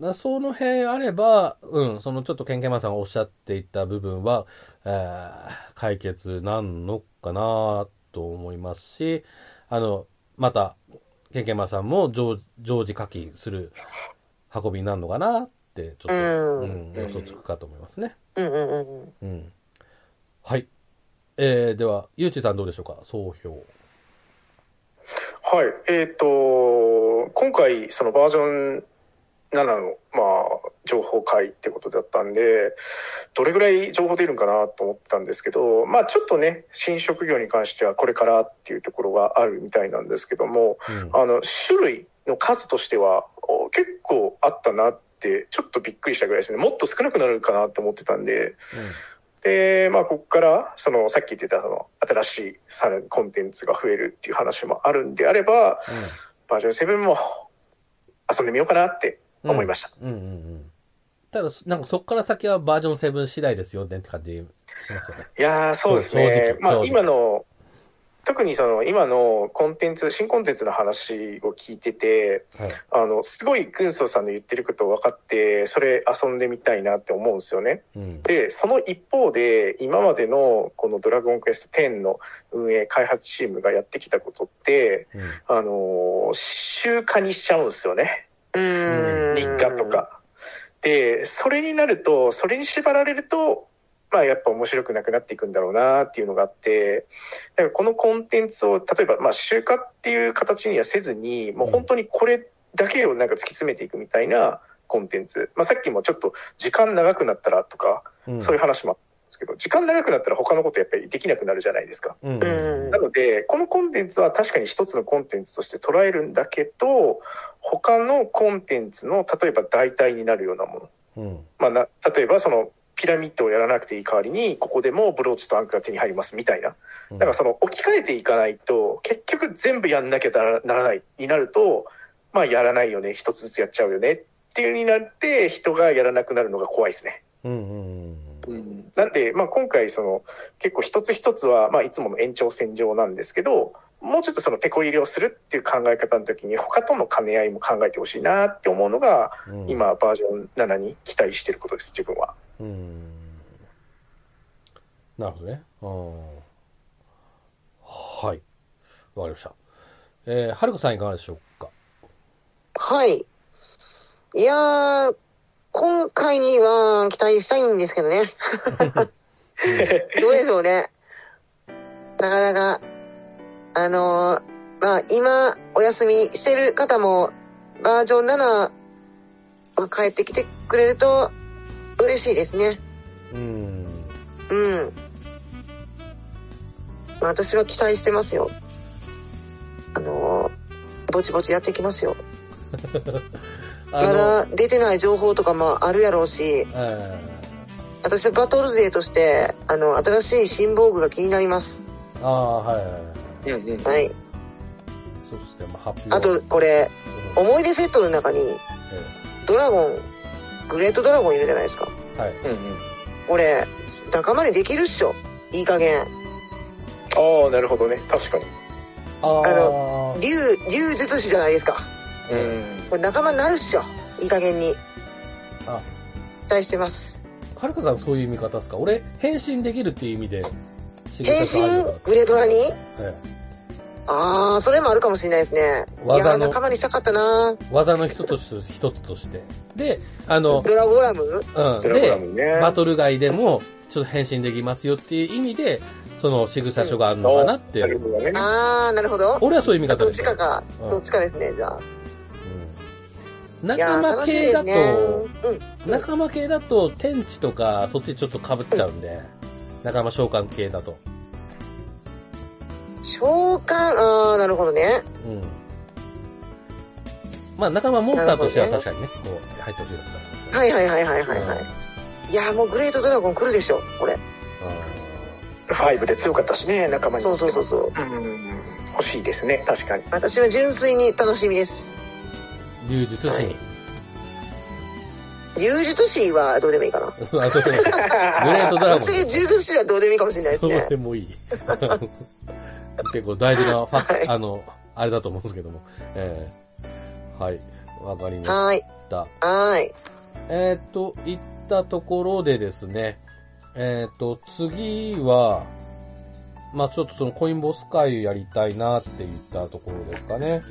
Speaker 1: だその辺あれば、うん、そのちょっとケンケンマンさんがおっしゃっていた部分は、えー解決なんのかなと思いますし、あの、また、ケンケンマンさんも常常時課金する運びになるのかなって、ちょっと、
Speaker 2: うん
Speaker 1: うん、予想つくかと思いますね。
Speaker 2: うんうんうん。
Speaker 1: うん。はい。えー、では、ゆうちさんどうでしょうか総評。
Speaker 3: はい、えっ、と、今回、そのバージョン7の、まあ、情報会ってことだったんで、どれぐらい情報出るんかなと思ったんですけど、まあ、ちょっとね、新職業に関してはこれからっていうところがあるみたいなんですけども、
Speaker 1: うん。
Speaker 3: あの、種類の数としては、お結構あったなって、ちょっとびっくりしたぐらいですね。もっと少なくなるかなと思ってたんで、で、まあ、ここから、その、さっき言ってた、その、新しいさらにコンテンツが増えるっていう話もあるんであれば、バージョン7も遊んでみようかなって
Speaker 1: うん
Speaker 3: 思いました。
Speaker 1: うんうんうん。ただ、なんかそこから先はバージョン7次第ですよねって感じしますよね。
Speaker 3: いやー、そうです
Speaker 1: そう正
Speaker 3: ね
Speaker 1: 直。
Speaker 3: ま
Speaker 1: 正
Speaker 3: あ
Speaker 1: 直
Speaker 3: 今の、特にその今のコンテンツ、新コンテンツの話を聞いてて、
Speaker 1: はい。
Speaker 3: あの、すごい軍曹さんの言ってることを分かって、それ遊んでみたいなって思うんですよね。
Speaker 1: うん。
Speaker 3: で、その一方で、今までのこのドラゴンクエスト10の運営開発チームがやってきたことって、
Speaker 1: うん。
Speaker 3: あのー習慣にしちゃうんですよね。
Speaker 2: うん。
Speaker 3: 日課と。か。で、それになると、それに縛られると、まあやっぱ面白くなくなっていくんだろうなっていうのがあって、だからこのコンテンツを、例えば、まあ習慣っていう形にはせずに、もう本当にこれだけをなんか突き詰めていくみたいなコンテンツ。まあさっきもちょっと時間長くなったらとか、
Speaker 1: うん。
Speaker 3: そういう話もあったんですけど、時間長くなったら他のことやっぱりできなくなるじゃないですか。
Speaker 1: うん。
Speaker 2: うん
Speaker 3: なので、このコンテンツは確かに一つのコンテンツとして捉えるんだけど、他のコンテンツの、例えば代替になるようなもの。
Speaker 1: うん。
Speaker 3: まあ、な例えば、その、ピラミッドをやらなくていい代わりに、ここでもブローチとアンクが手に入りますみたいな。
Speaker 1: うん。
Speaker 3: だからその、置き換えていかないと、結局全部やんなきゃならならない、になると、まあ、やらないよね、一つずつやっちゃうよね、っていうになって、人がやらなくなるのが怖いですね。
Speaker 1: うんうんうん。
Speaker 3: なんで、まあ、今回その、結構一つ一つは、まあ、いつもの延長線上なんですけど、もうちょっとその手こ入れをするっていう考え方の時に、他との兼ね合いも考えてほしいなって思うのが、
Speaker 1: うん。
Speaker 3: 今、バージョン7に期待してることです、自分は。
Speaker 1: うん。なるほどね。うん。はい。わかりました。えー、はるこさんいかがでしょうか
Speaker 2: はい。いやー、今回には期待したいんですけどね。 どうでしょうね。なかなか、あのーまあ今お休みしてる方も、バージョン7、まあ、帰ってきてくれると嬉しいですね。
Speaker 1: うん。
Speaker 2: うん。まあ私は期待してますよ。あのーぼちぼちやっていきますよ。
Speaker 1: あ
Speaker 2: ま
Speaker 1: の、
Speaker 2: だ出てない情報とかもあるやろうし、
Speaker 1: え
Speaker 2: 私はバトル勢として、あの、新しい新防具が気になります。
Speaker 1: ー、ああ、はいはいはい。
Speaker 2: は。
Speaker 3: はい
Speaker 1: そうですね、まあ、発表。
Speaker 2: あと、これ、
Speaker 1: うん、
Speaker 2: 思い出セットの中に、
Speaker 1: え
Speaker 2: ドラゴン、グレートドラゴンいるじゃないですか。
Speaker 1: えはい。
Speaker 2: これ、仲間にできるっしょ。いい加減。
Speaker 3: ああ、なるほどね。確かに。
Speaker 1: あー
Speaker 2: あ竜、竜術師じゃないですか。これ仲間になるっしょ。いい加減に。
Speaker 1: あ、
Speaker 2: 期待してます。
Speaker 1: はるかさんそういう見方ですか俺、変身できるっていう意味で、知
Speaker 2: 変
Speaker 1: りたくある
Speaker 2: 身
Speaker 1: のか
Speaker 2: グレートラに
Speaker 1: え
Speaker 2: あー、それもあるかもしれないですね。いや
Speaker 1: 技
Speaker 2: ー、
Speaker 1: の
Speaker 2: 仲間にしたかったな
Speaker 1: え技の一つとして、一つとして。で、あの、
Speaker 2: ドラゴラム
Speaker 1: うん。
Speaker 3: ドラゴラ
Speaker 1: で、
Speaker 3: ムね。
Speaker 1: バトル外でも、ちょっと変身できますよっていう意味で、その仕草書があるのかなって
Speaker 3: な。るほどね。
Speaker 2: あー、なるほど。
Speaker 1: 俺はそういう見方
Speaker 2: どっ
Speaker 1: で
Speaker 2: ち
Speaker 1: す。
Speaker 2: かか、
Speaker 1: うん
Speaker 2: どっちかですね、じゃあ。
Speaker 1: うん
Speaker 2: いや
Speaker 1: 仲
Speaker 2: ー
Speaker 1: 間
Speaker 2: 楽しみ
Speaker 1: 系
Speaker 2: です
Speaker 1: だ
Speaker 2: ね。
Speaker 1: と、
Speaker 2: うん。
Speaker 1: 仲間系だと、天地とか、そっちちょっと被っちゃうんで、仲間召喚系だと。
Speaker 2: 召喚、あー、なるほどね。
Speaker 1: うん。まあ、仲間モンスターとしては
Speaker 2: なる
Speaker 1: 確
Speaker 2: ほ
Speaker 1: かにね、こう、入ってほしいですから。
Speaker 2: はいはいはいはいはいはい。いやーもうグレートドラゴン来るでしょ、これ。
Speaker 3: 5で強かったしね、仲間に。
Speaker 2: そうそうそうそう。
Speaker 3: うん。欲しいですね、確かに。
Speaker 2: 私は純粋に楽しみです。
Speaker 1: うん。流術師に。
Speaker 2: 柔術師はどうでもいいかな。
Speaker 1: あ、どうでもいい。
Speaker 2: グレ
Speaker 1: ートドラゴン
Speaker 2: 柔術師はどうでもいいかもしれないです
Speaker 1: どう
Speaker 2: ね
Speaker 1: で。もい い。結構大事なファク、
Speaker 2: はい
Speaker 1: あの、あれだと思うんですけども。えーはい。わかりま
Speaker 2: はーい。
Speaker 1: した。
Speaker 2: はーい。
Speaker 1: えーっと、行ったところでですね、えーっと、次は、まあちょっとそのコインボス会やりたいなって言ったところですかね。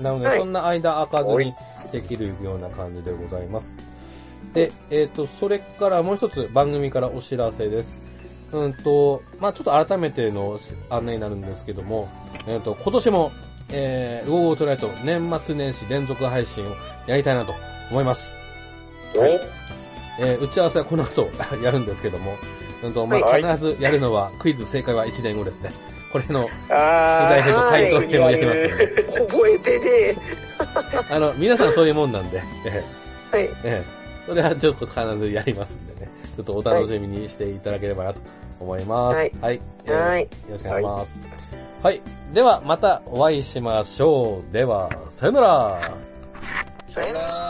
Speaker 1: なので、
Speaker 2: はい
Speaker 1: そんな間開かず
Speaker 3: は
Speaker 1: に
Speaker 3: い
Speaker 1: できるような感じでございます。で、えーっと、それからもう一つ番組からお知らせです。うんと、まあちょっと改めての案内になるんですけども、えーっと、今年も、えー、ウォーゴートライト年末年始連続配信をやりたいなと思います。
Speaker 3: はい
Speaker 1: えー打ち合わせはこの後 やるんですけども、うんとま
Speaker 3: はい
Speaker 1: あ、必ずやるのは、クイズ正解は1年後ですね。これの、
Speaker 3: あ
Speaker 1: 大
Speaker 3: ー
Speaker 1: 変の回答してもやります
Speaker 3: はい
Speaker 1: ね。
Speaker 2: 覚えてね
Speaker 1: あの、皆さんそういうもんなんで、え
Speaker 2: え。はい。
Speaker 1: ーえーそれはちょっと必ずやりますんでね、ちょっとお楽しみにしていただければなと思います。
Speaker 2: はい
Speaker 1: はい。えー
Speaker 2: はい
Speaker 1: よろしくお願いします。はい。では、またお会いしましょう。では、さよなら。
Speaker 3: さよなら